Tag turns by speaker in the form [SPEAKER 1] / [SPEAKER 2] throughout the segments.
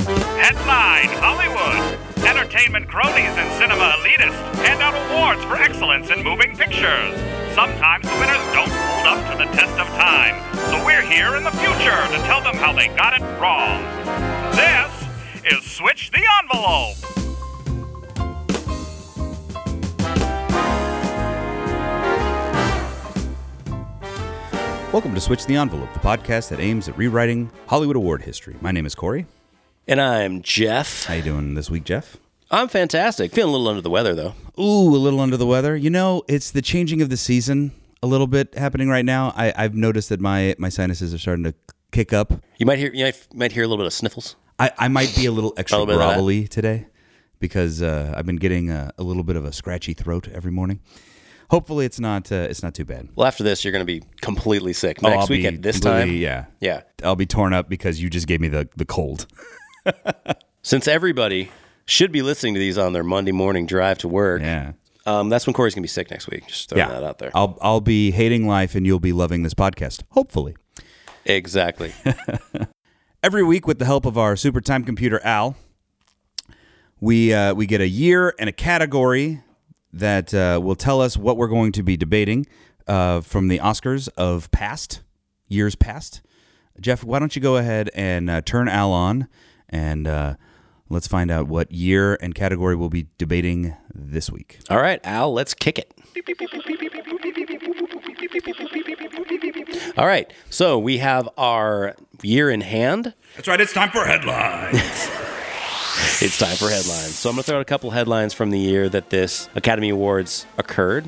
[SPEAKER 1] Headline Hollywood. Entertainment cronies and cinema elitists hand out awards for excellence in moving pictures. Sometimes the winners don't hold up to the test of time, so we're here in the future to tell them how they got it wrong. This is Switch the Envelope.
[SPEAKER 2] Welcome to Switch the Envelope, the podcast that aims at rewriting Hollywood award history. My name is Corey.
[SPEAKER 3] And I'm Jeff.
[SPEAKER 2] How you doing this week, Jeff?
[SPEAKER 3] I'm fantastic. Feeling a little under the weather though.
[SPEAKER 2] Ooh, a little under the weather. You know, it's the changing of the season a little bit happening right now. I, I've noticed that my my sinuses are starting to kick up.
[SPEAKER 3] You might hear you might, might hear a little bit of sniffles.
[SPEAKER 2] I, I might be a little extra
[SPEAKER 3] little bit of that.
[SPEAKER 2] grovelly today because uh, I've been getting a, a little bit of a scratchy throat every morning. Hopefully, it's not uh, it's not too bad.
[SPEAKER 3] Well, after this, you're going to be completely sick.
[SPEAKER 2] Oh,
[SPEAKER 3] Next
[SPEAKER 2] I'll
[SPEAKER 3] week
[SPEAKER 2] be
[SPEAKER 3] at this time.
[SPEAKER 2] completely- yeah,
[SPEAKER 3] Yeah.
[SPEAKER 2] I'll be torn up because you just gave me the the cold.
[SPEAKER 3] Since everybody should be listening to these on their Monday morning drive to work.
[SPEAKER 2] Yeah.
[SPEAKER 3] Um, that's when Corey's going to be sick next week. Just throwing that out there.
[SPEAKER 2] I'll I'll be hating life and you'll be loving this podcast. Hopefully.
[SPEAKER 3] exactly.
[SPEAKER 2] Every week with the help of our super time computer Al, we uh, we get a year and a category that uh, will tell us what we're going to be debating uh, from the Oscars of past years past. Jeff, why don't you go ahead and uh, turn Al on and uh, let's find out what year and category we'll be debating this week.
[SPEAKER 3] All right, Al, let's kick it. All right. So we have our year in hand.
[SPEAKER 1] That's right, it's time for headlines.
[SPEAKER 3] It's time for headlines. So I'm going to throw out a couple headlines from the year that this Academy Awards occurred.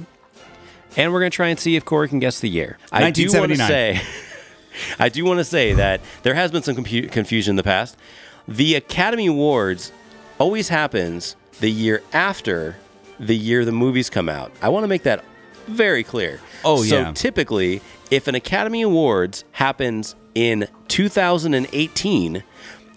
[SPEAKER 3] And we're going to try and see if Corey can guess the year. I do want to
[SPEAKER 2] 1979.
[SPEAKER 3] say I do want to say that there has been some compu- confusion in the past. The Academy Awards always happens the year after the year the movies come out. I want to make that very clear.
[SPEAKER 2] Oh,
[SPEAKER 3] so
[SPEAKER 2] yeah.
[SPEAKER 3] typically, if an Academy Awards happens in 2018,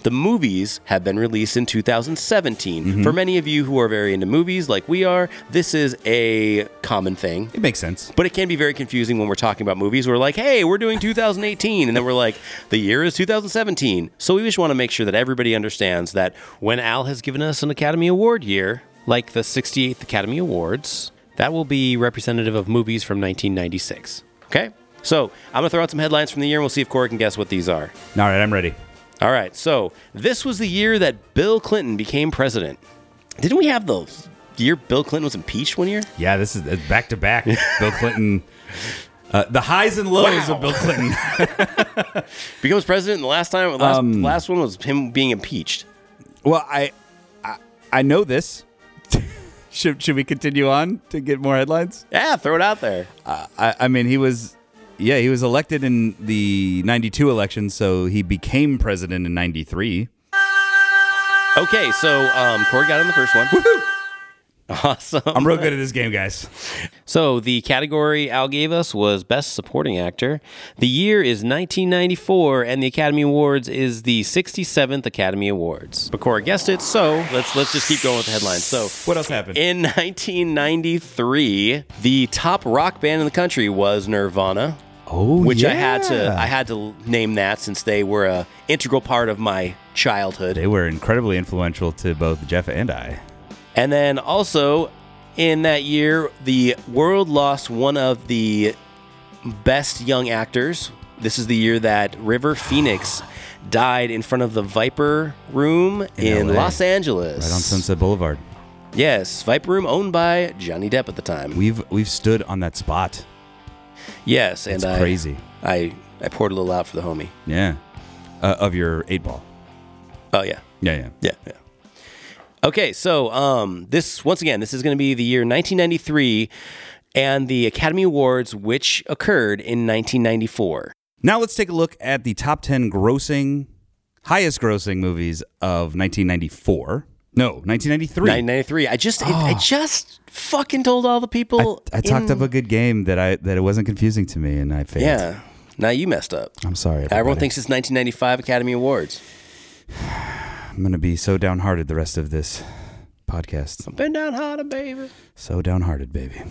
[SPEAKER 3] the movies have been released in 2017.
[SPEAKER 2] Mm-hmm.
[SPEAKER 3] For many of you who are very into movies like we are, this is a common thing.
[SPEAKER 2] It makes sense.
[SPEAKER 3] But it can be very confusing when we're talking about movies. We're like, hey, we're doing 2018. And then we're like, the year is 2017. So we just want to make sure that everybody understands that when Al has given us an Academy Award year, like the 68th Academy Awards, that will be representative of movies from 1996. Okay? So I'm going to throw out some headlines from the year and we'll see if Corey can guess what these are.
[SPEAKER 2] All right, I'm ready.
[SPEAKER 3] All right. So this was the year that Bill Clinton became president. Didn't we have the year Bill Clinton was impeached one year?
[SPEAKER 2] Yeah, this is it's back to back. Bill Clinton, uh, the highs and lows of Bill Clinton.
[SPEAKER 3] becomes president. And the last time, last, last one was him being impeached.
[SPEAKER 2] well, I, I, I know this. should should we continue on to get more headlines?
[SPEAKER 3] Yeah, throw it out there.
[SPEAKER 2] I, I mean, he was, yeah, he was elected in the '92 election, so he became president in '93.
[SPEAKER 3] Okay, so um, Corey got on the first one. Woohoo! Awesome.
[SPEAKER 2] I'm real good at this game, guys.
[SPEAKER 3] So the category Al gave us was Best Supporting Actor. The year is 1994, and the Academy Awards is the 67th Academy Awards. But Corey guessed it, so let's let's just keep going with the headlines. So
[SPEAKER 2] What else happened?
[SPEAKER 3] in 1993, the top rock band in the country was Nirvana.
[SPEAKER 2] oh,
[SPEAKER 3] which I had to I had to name that since they were a integral part of my childhood.
[SPEAKER 2] They were incredibly influential to both Jeff and I.
[SPEAKER 3] And then also in that year, the world lost one of the best young actors. This is the year that River Phoenix died in front of the Viper Room in,
[SPEAKER 2] LA.
[SPEAKER 3] Los Angeles.
[SPEAKER 2] Right on Sunset Boulevard.
[SPEAKER 3] Yes, Viper Room owned by Johnny Depp at the time.
[SPEAKER 2] We've we've stood on that spot.
[SPEAKER 3] yes, and
[SPEAKER 2] It's
[SPEAKER 3] I,
[SPEAKER 2] crazy.
[SPEAKER 3] I I poured a little out for the homie.
[SPEAKER 2] Yeah. Uh, of your eight ball.
[SPEAKER 3] Oh yeah.
[SPEAKER 2] Yeah, yeah.
[SPEAKER 3] Yeah, yeah. Okay, so um, this once again, this is going to be the year 1993 and the Academy Awards, which occurred in 1994.
[SPEAKER 2] Now let's take a look at the top 10 grossing, highest grossing movies of 1994. No, 1993.
[SPEAKER 3] 1993. I just, I, I just fucking told all the people.
[SPEAKER 2] Ah. I talked
[SPEAKER 3] in-
[SPEAKER 2] up a good game that I that it wasn't confusing to me and I failed.
[SPEAKER 3] Yeah. Now you messed up.
[SPEAKER 2] I'm sorry.
[SPEAKER 3] Everyone
[SPEAKER 2] everybody.
[SPEAKER 3] thinks it's 1995 Academy Awards.
[SPEAKER 2] I'm going to be so downhearted the rest of this podcast.
[SPEAKER 3] Been down harder, baby.
[SPEAKER 2] So downhearted, baby.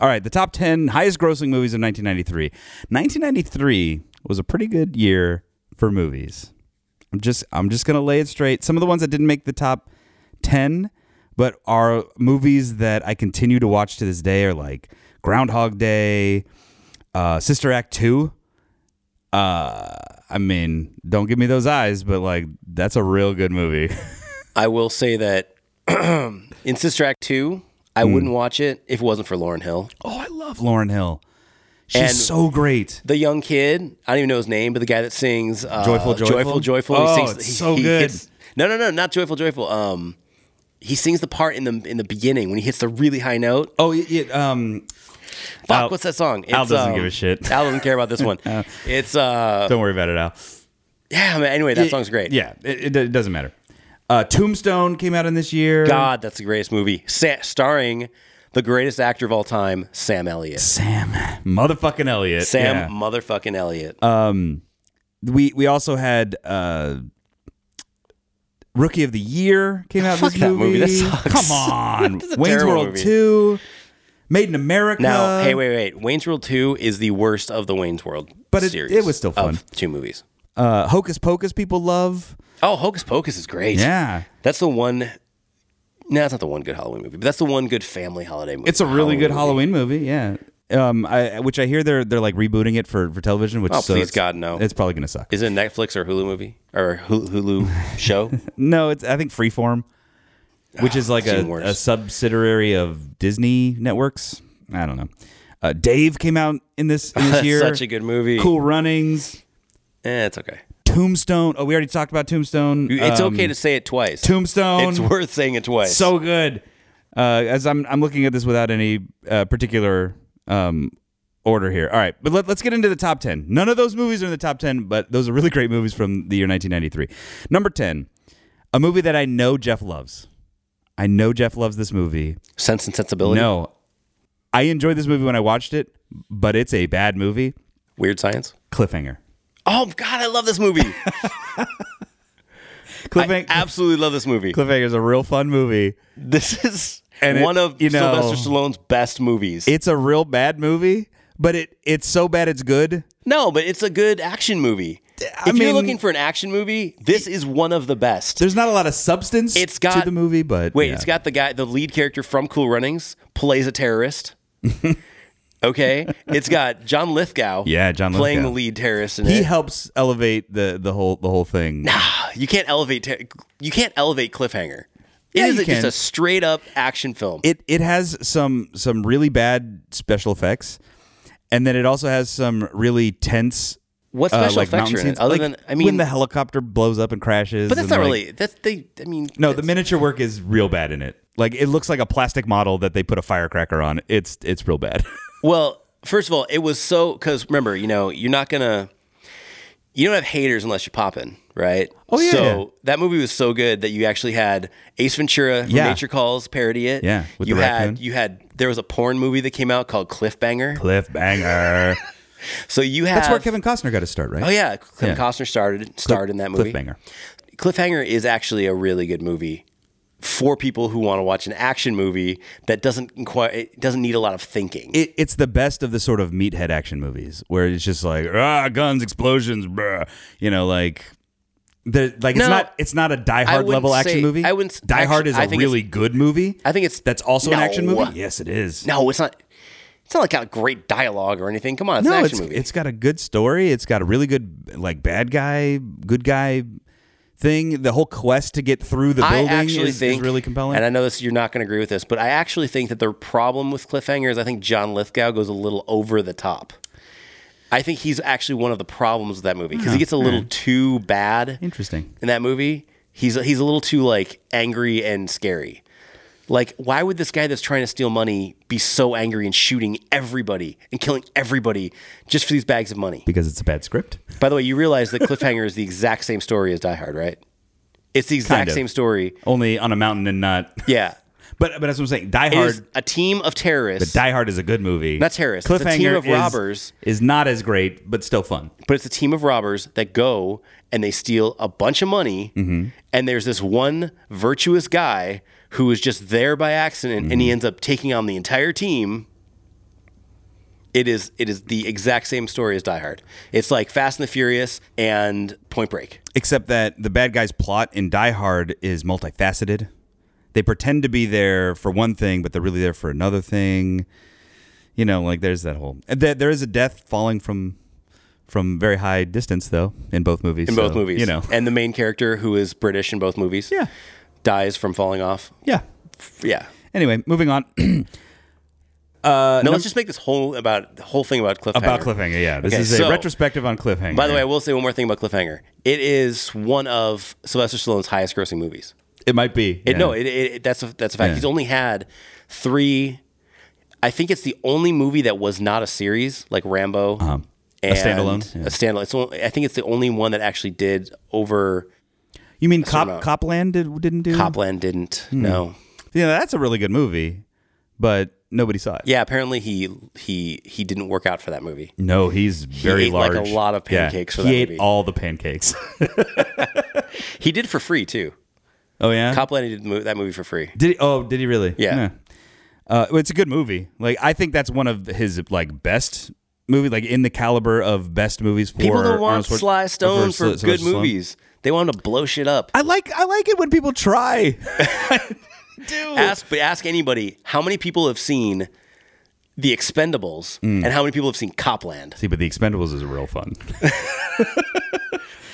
[SPEAKER 2] All right, the top 10 highest grossing movies of 1993. 1993 was a pretty good year for movies. I'm just I'm just gonna lay it straight. Some of the ones that didn't make the top ten, but are movies that I continue to watch to this day are like Groundhog Day, uh, Sister Act Two. Uh, I mean, don't give me those eyes, but like that's a real good movie.
[SPEAKER 3] I will say that in Sister Act 2, I
[SPEAKER 2] Hmm.
[SPEAKER 3] wouldn't watch it if it wasn't for Lauren Hill.
[SPEAKER 2] oh, I love Lauren Hill. She's
[SPEAKER 3] And-
[SPEAKER 2] so great.
[SPEAKER 3] The young kid, I don't even know his name, but the guy that sings uh,
[SPEAKER 2] Joyful, Joyful?
[SPEAKER 3] Joyful, Joyful,
[SPEAKER 2] Oh,
[SPEAKER 3] he sings,
[SPEAKER 2] it's so good.
[SPEAKER 3] hits- no, no, no, not Joyful, Joyful. Um, he sings the part in the in the beginning when he hits the really high note.
[SPEAKER 2] Oh, y y- um,
[SPEAKER 3] Fuck,
[SPEAKER 2] Al-
[SPEAKER 3] what's that song? It's, um,
[SPEAKER 2] Al doesn't give a shit.
[SPEAKER 3] Al doesn't care about this one. it's uh,
[SPEAKER 2] don't worry about it, Al.
[SPEAKER 3] yeah, man. Anyway, that song's great.
[SPEAKER 2] Yeah, it, it, it doesn't matter. Uh, Tombstone came out in this year.
[SPEAKER 3] God, that's the greatest movie. Sa- starring the greatest actor of all time, Sam Elliott.
[SPEAKER 2] Sam, motherfucking Elliot.
[SPEAKER 3] Sam
[SPEAKER 2] Yeah. Uh,
[SPEAKER 3] motherfucking Elliott.
[SPEAKER 2] We we also had uh, Rookie of the Year came out. in
[SPEAKER 3] Fuck
[SPEAKER 2] this
[SPEAKER 3] that
[SPEAKER 2] movie.
[SPEAKER 3] movie. That sucks.
[SPEAKER 2] Come on,
[SPEAKER 3] That's a
[SPEAKER 2] Wayne's
[SPEAKER 3] terrible
[SPEAKER 2] World
[SPEAKER 3] movie.
[SPEAKER 2] Two, Made in America.
[SPEAKER 3] now, hey, wait, wait. Wayne's World Two is the worst of the Wayne's World,
[SPEAKER 2] But it-
[SPEAKER 3] series
[SPEAKER 2] it was still fun.
[SPEAKER 3] Of two movies.
[SPEAKER 2] uh, Hocus Pocus. People love.
[SPEAKER 3] Oh, Hocus Pocus is great.
[SPEAKER 2] Yeah,
[SPEAKER 3] that's the one. No, that's not the one good Halloween movie, but that's the one good family holiday movie.
[SPEAKER 2] it's a really good
[SPEAKER 3] movie.
[SPEAKER 2] Halloween movie. Yeah. Um, I, which I hear they're they're like rebooting it for, for television. Which
[SPEAKER 3] Oh,
[SPEAKER 2] so
[SPEAKER 3] please,
[SPEAKER 2] it's-
[SPEAKER 3] God, no.
[SPEAKER 2] It's probably gonna suck.
[SPEAKER 3] Is it a Netflix or Hulu movie or Hulu, Hulu show?
[SPEAKER 2] No, it's I think Freeform, which is like a,
[SPEAKER 3] even Ah, worse.
[SPEAKER 2] a subsidiary of Disney networks. I don't know. Uh, Dave came out in this in this
[SPEAKER 3] That's
[SPEAKER 2] year.
[SPEAKER 3] such a good movie.
[SPEAKER 2] Cool Runnings,
[SPEAKER 3] Eh, it's okay.
[SPEAKER 2] Tombstone. Oh, we already talked about Tombstone.
[SPEAKER 3] It's
[SPEAKER 2] Um,
[SPEAKER 3] okay to say it twice.
[SPEAKER 2] Tombstone.
[SPEAKER 3] It's worth saying it twice.
[SPEAKER 2] so good. Uh, as I'm I'm looking at this without any uh, particular um, order here. All right, but let, let's get into the top ten. None of those movies are in the top ten, but those are really great movies from the year 1993. Number ten, a movie that I know Jeff loves. I know Jeff loves this movie.
[SPEAKER 3] Sense and Sensibility.
[SPEAKER 2] No, I enjoyed this movie when I watched it, but it's a bad movie.
[SPEAKER 3] Weird Science.
[SPEAKER 2] Cliffhanger.
[SPEAKER 3] Oh God, I love this movie. I
[SPEAKER 2] Cliffhanger.
[SPEAKER 3] absolutely love this movie.
[SPEAKER 2] Cliffhanger is a real fun movie.
[SPEAKER 3] This is
[SPEAKER 2] And it-
[SPEAKER 3] one of
[SPEAKER 2] you know-
[SPEAKER 3] Sylvester Stallone's best movies.
[SPEAKER 2] It's a real bad movie, but it it's so bad it's good.
[SPEAKER 3] no, but it's a good action movie.
[SPEAKER 2] I
[SPEAKER 3] if you're
[SPEAKER 2] mean-
[SPEAKER 3] looking for an action movie, this is one of the best.
[SPEAKER 2] There's not a lot of substance
[SPEAKER 3] It's got-
[SPEAKER 2] to the movie, but
[SPEAKER 3] Wait,
[SPEAKER 2] yeah.
[SPEAKER 3] it's got the guy, the lead character from Cool Runnings, plays a terrorist. okay, it's got John Lithgow.
[SPEAKER 2] Yeah, John
[SPEAKER 3] playing
[SPEAKER 2] Lithgow.
[SPEAKER 3] the lead terrorist in
[SPEAKER 2] he
[SPEAKER 3] it. Ah,
[SPEAKER 2] helps elevate the the whole the whole thing.
[SPEAKER 3] you can't elevate. Ter- you can't elevate cliffhanger. It
[SPEAKER 2] Yeah,
[SPEAKER 3] is
[SPEAKER 2] you
[SPEAKER 3] a- just
[SPEAKER 2] can.
[SPEAKER 3] a straight up action film.
[SPEAKER 2] It it has some some really bad special effects, and then it also has some really tense.
[SPEAKER 3] What
[SPEAKER 2] uh,
[SPEAKER 3] special
[SPEAKER 2] like
[SPEAKER 3] effects
[SPEAKER 2] mountain
[SPEAKER 3] are in it?
[SPEAKER 2] scenes.
[SPEAKER 3] Other
[SPEAKER 2] Like,
[SPEAKER 3] than I mean,
[SPEAKER 2] when the helicopter blows up and crashes.
[SPEAKER 3] but that's
[SPEAKER 2] and,
[SPEAKER 3] not
[SPEAKER 2] like-
[SPEAKER 3] really. That's they. I mean,
[SPEAKER 2] No, the
[SPEAKER 3] that's-
[SPEAKER 2] miniature work is real bad in it. Like it looks like a plastic model that they put a firecracker on. It's it's real bad.
[SPEAKER 3] Well, first of all, it was so because remember, you know, you're not gonna, you don't have haters unless you're popping, right? Oh
[SPEAKER 2] yeah,
[SPEAKER 3] So
[SPEAKER 2] yeah.
[SPEAKER 3] that movie was so good that you actually had Ace Ventura from
[SPEAKER 2] Yeah.
[SPEAKER 3] Nature Calls parody it.
[SPEAKER 2] Yeah, with
[SPEAKER 3] you
[SPEAKER 2] the
[SPEAKER 3] had
[SPEAKER 2] raccoon.
[SPEAKER 3] you had there was a porn movie that came out called Cliffbanger.
[SPEAKER 2] Cliffbanger.
[SPEAKER 3] So you had
[SPEAKER 2] That's where Kevin Costner got his start, right?
[SPEAKER 3] Oh yeah, Kevin
[SPEAKER 2] Yeah.
[SPEAKER 3] Costner started starred in that movie.
[SPEAKER 2] Cliffbanger.
[SPEAKER 3] Cliffhanger is actually a really good movie for people who want to watch an action movie that doesn't inquire, it doesn't need a lot of thinking.
[SPEAKER 2] it, it's the best of the sort of meathead action movies where it's just like ah guns explosions bruh. you know like the like
[SPEAKER 3] No.
[SPEAKER 2] it's not it's not a Die Hard
[SPEAKER 3] wouldn't
[SPEAKER 2] level action
[SPEAKER 3] say-
[SPEAKER 2] movie.
[SPEAKER 3] I wouldn't s-
[SPEAKER 2] Die Hard
[SPEAKER 3] actually-
[SPEAKER 2] is
[SPEAKER 3] I
[SPEAKER 2] a
[SPEAKER 3] think it's-
[SPEAKER 2] really good movie.
[SPEAKER 3] I think it's
[SPEAKER 2] that's also an action
[SPEAKER 3] No.
[SPEAKER 2] movie. Yes, it is.
[SPEAKER 3] No, it's not. It's not like got great dialogue or anything. Come on, it's
[SPEAKER 2] no,
[SPEAKER 3] an action
[SPEAKER 2] it's
[SPEAKER 3] movie.
[SPEAKER 2] it's got a good story. It's got a really good like bad guy, good guy thing. The whole quest to get through the
[SPEAKER 3] I
[SPEAKER 2] building
[SPEAKER 3] actually
[SPEAKER 2] is, is
[SPEAKER 3] think
[SPEAKER 2] really compelling.
[SPEAKER 3] And I know this, you're not going to agree with this, but I actually think that the problem with cliffhangers, I think John Lithgow goes a little over the top. I think he's actually one of the problems with that movie because he gets a little too bad
[SPEAKER 2] Interesting.
[SPEAKER 3] in that movie. He's he's a little too like angry and scary. Like, why would this guy that's trying to steal money be so angry and shooting everybody and killing everybody just for these bags of money?
[SPEAKER 2] because it's a bad script.
[SPEAKER 3] By the way, you realize that Cliffhanger is the exact same story as Die Hard, right? It's the exact
[SPEAKER 2] Kind of.
[SPEAKER 3] same story.
[SPEAKER 2] Only on a mountain and not.
[SPEAKER 3] Yeah.
[SPEAKER 2] But but that's what I'm saying. Die
[SPEAKER 3] It
[SPEAKER 2] Hard
[SPEAKER 3] is a team of terrorists,
[SPEAKER 2] Die Hard is a good movie.
[SPEAKER 3] Not terrorists. It's a team of
[SPEAKER 2] is-
[SPEAKER 3] robbers.
[SPEAKER 2] is not as great, but still fun.
[SPEAKER 3] but it's a team of robbers that go and they steal a bunch of money.
[SPEAKER 2] Mm-hmm.
[SPEAKER 3] And there's this one virtuous guy
[SPEAKER 2] Mm-hmm.
[SPEAKER 3] who is just there by accident and he ends up taking on the entire team. It is it is the exact same story as Die Hard. It's like Fast and the Furious and Point Break.
[SPEAKER 2] Except that the bad guy's plot in Die Hard is multifaceted. They pretend to be there for one thing, but they're really there for another thing. You know, like there's that whole. and There, there is a death falling from from very high distance, though, in both movies.
[SPEAKER 3] in both movies.
[SPEAKER 2] you know.
[SPEAKER 3] and the main character who is British in both movies,
[SPEAKER 2] Yeah.
[SPEAKER 3] dies from falling off.
[SPEAKER 2] yeah.
[SPEAKER 3] Yeah.
[SPEAKER 2] Anyway, moving on
[SPEAKER 3] no, let's just make this whole about the whole thing about cliffhanger.
[SPEAKER 2] Uh, about cliffhanger. Yeah, this
[SPEAKER 3] Okay,
[SPEAKER 2] is a
[SPEAKER 3] so-
[SPEAKER 2] retrospective on cliffhanger.
[SPEAKER 3] By the way, I will say one more thing about cliffhanger. It is one of Sylvester Stallone's highest grossing movies.
[SPEAKER 2] it might be.
[SPEAKER 3] It,
[SPEAKER 2] yeah.
[SPEAKER 3] No, it, it, it- that's a, that's a fact.
[SPEAKER 2] Yeah.
[SPEAKER 3] He's only had three. I think it's the only movie that was not a series, like Rambo.
[SPEAKER 2] Uh-huh. Um, A
[SPEAKER 3] and
[SPEAKER 2] standalone, yeah.
[SPEAKER 3] A standalone. It's only, I think it's the only one that actually did over.
[SPEAKER 2] you mean Cop,
[SPEAKER 3] amount.
[SPEAKER 2] Copland did, didn't do?
[SPEAKER 3] Copland didn't.
[SPEAKER 2] Hmm.
[SPEAKER 3] No.
[SPEAKER 2] Yeah, that's a really good movie, but nobody saw it.
[SPEAKER 3] Yeah, apparently he he he didn't work out for that movie.
[SPEAKER 2] No, he's very
[SPEAKER 3] ate, like,
[SPEAKER 2] large.
[SPEAKER 3] a lot of
[SPEAKER 2] Yeah,
[SPEAKER 3] pancakes for
[SPEAKER 2] he
[SPEAKER 3] that
[SPEAKER 2] ate
[SPEAKER 3] movie.
[SPEAKER 2] all the pancakes.
[SPEAKER 3] He did for free too.
[SPEAKER 2] oh yeah.
[SPEAKER 3] Copland did the mo- that movie for free.
[SPEAKER 2] Did he? Oh, did he really?
[SPEAKER 3] Yeah.
[SPEAKER 2] Uh, well, it's a good movie. Like I think that's one of his like best movies, like in the caliber of best movies for
[SPEAKER 3] People don't want
[SPEAKER 2] Arnold Schwar-
[SPEAKER 3] Sly Stone
[SPEAKER 2] Sly-
[SPEAKER 3] for
[SPEAKER 2] Sylvester
[SPEAKER 3] good
[SPEAKER 2] Stallone.
[SPEAKER 3] movies. They want to blow shit up.
[SPEAKER 2] I like I like it when people try. Dude.
[SPEAKER 3] Ask but ask anybody how many people have seen The Expendables
[SPEAKER 2] Mm.
[SPEAKER 3] and how many people have seen Copland.
[SPEAKER 2] See, but The Expendables is real fun.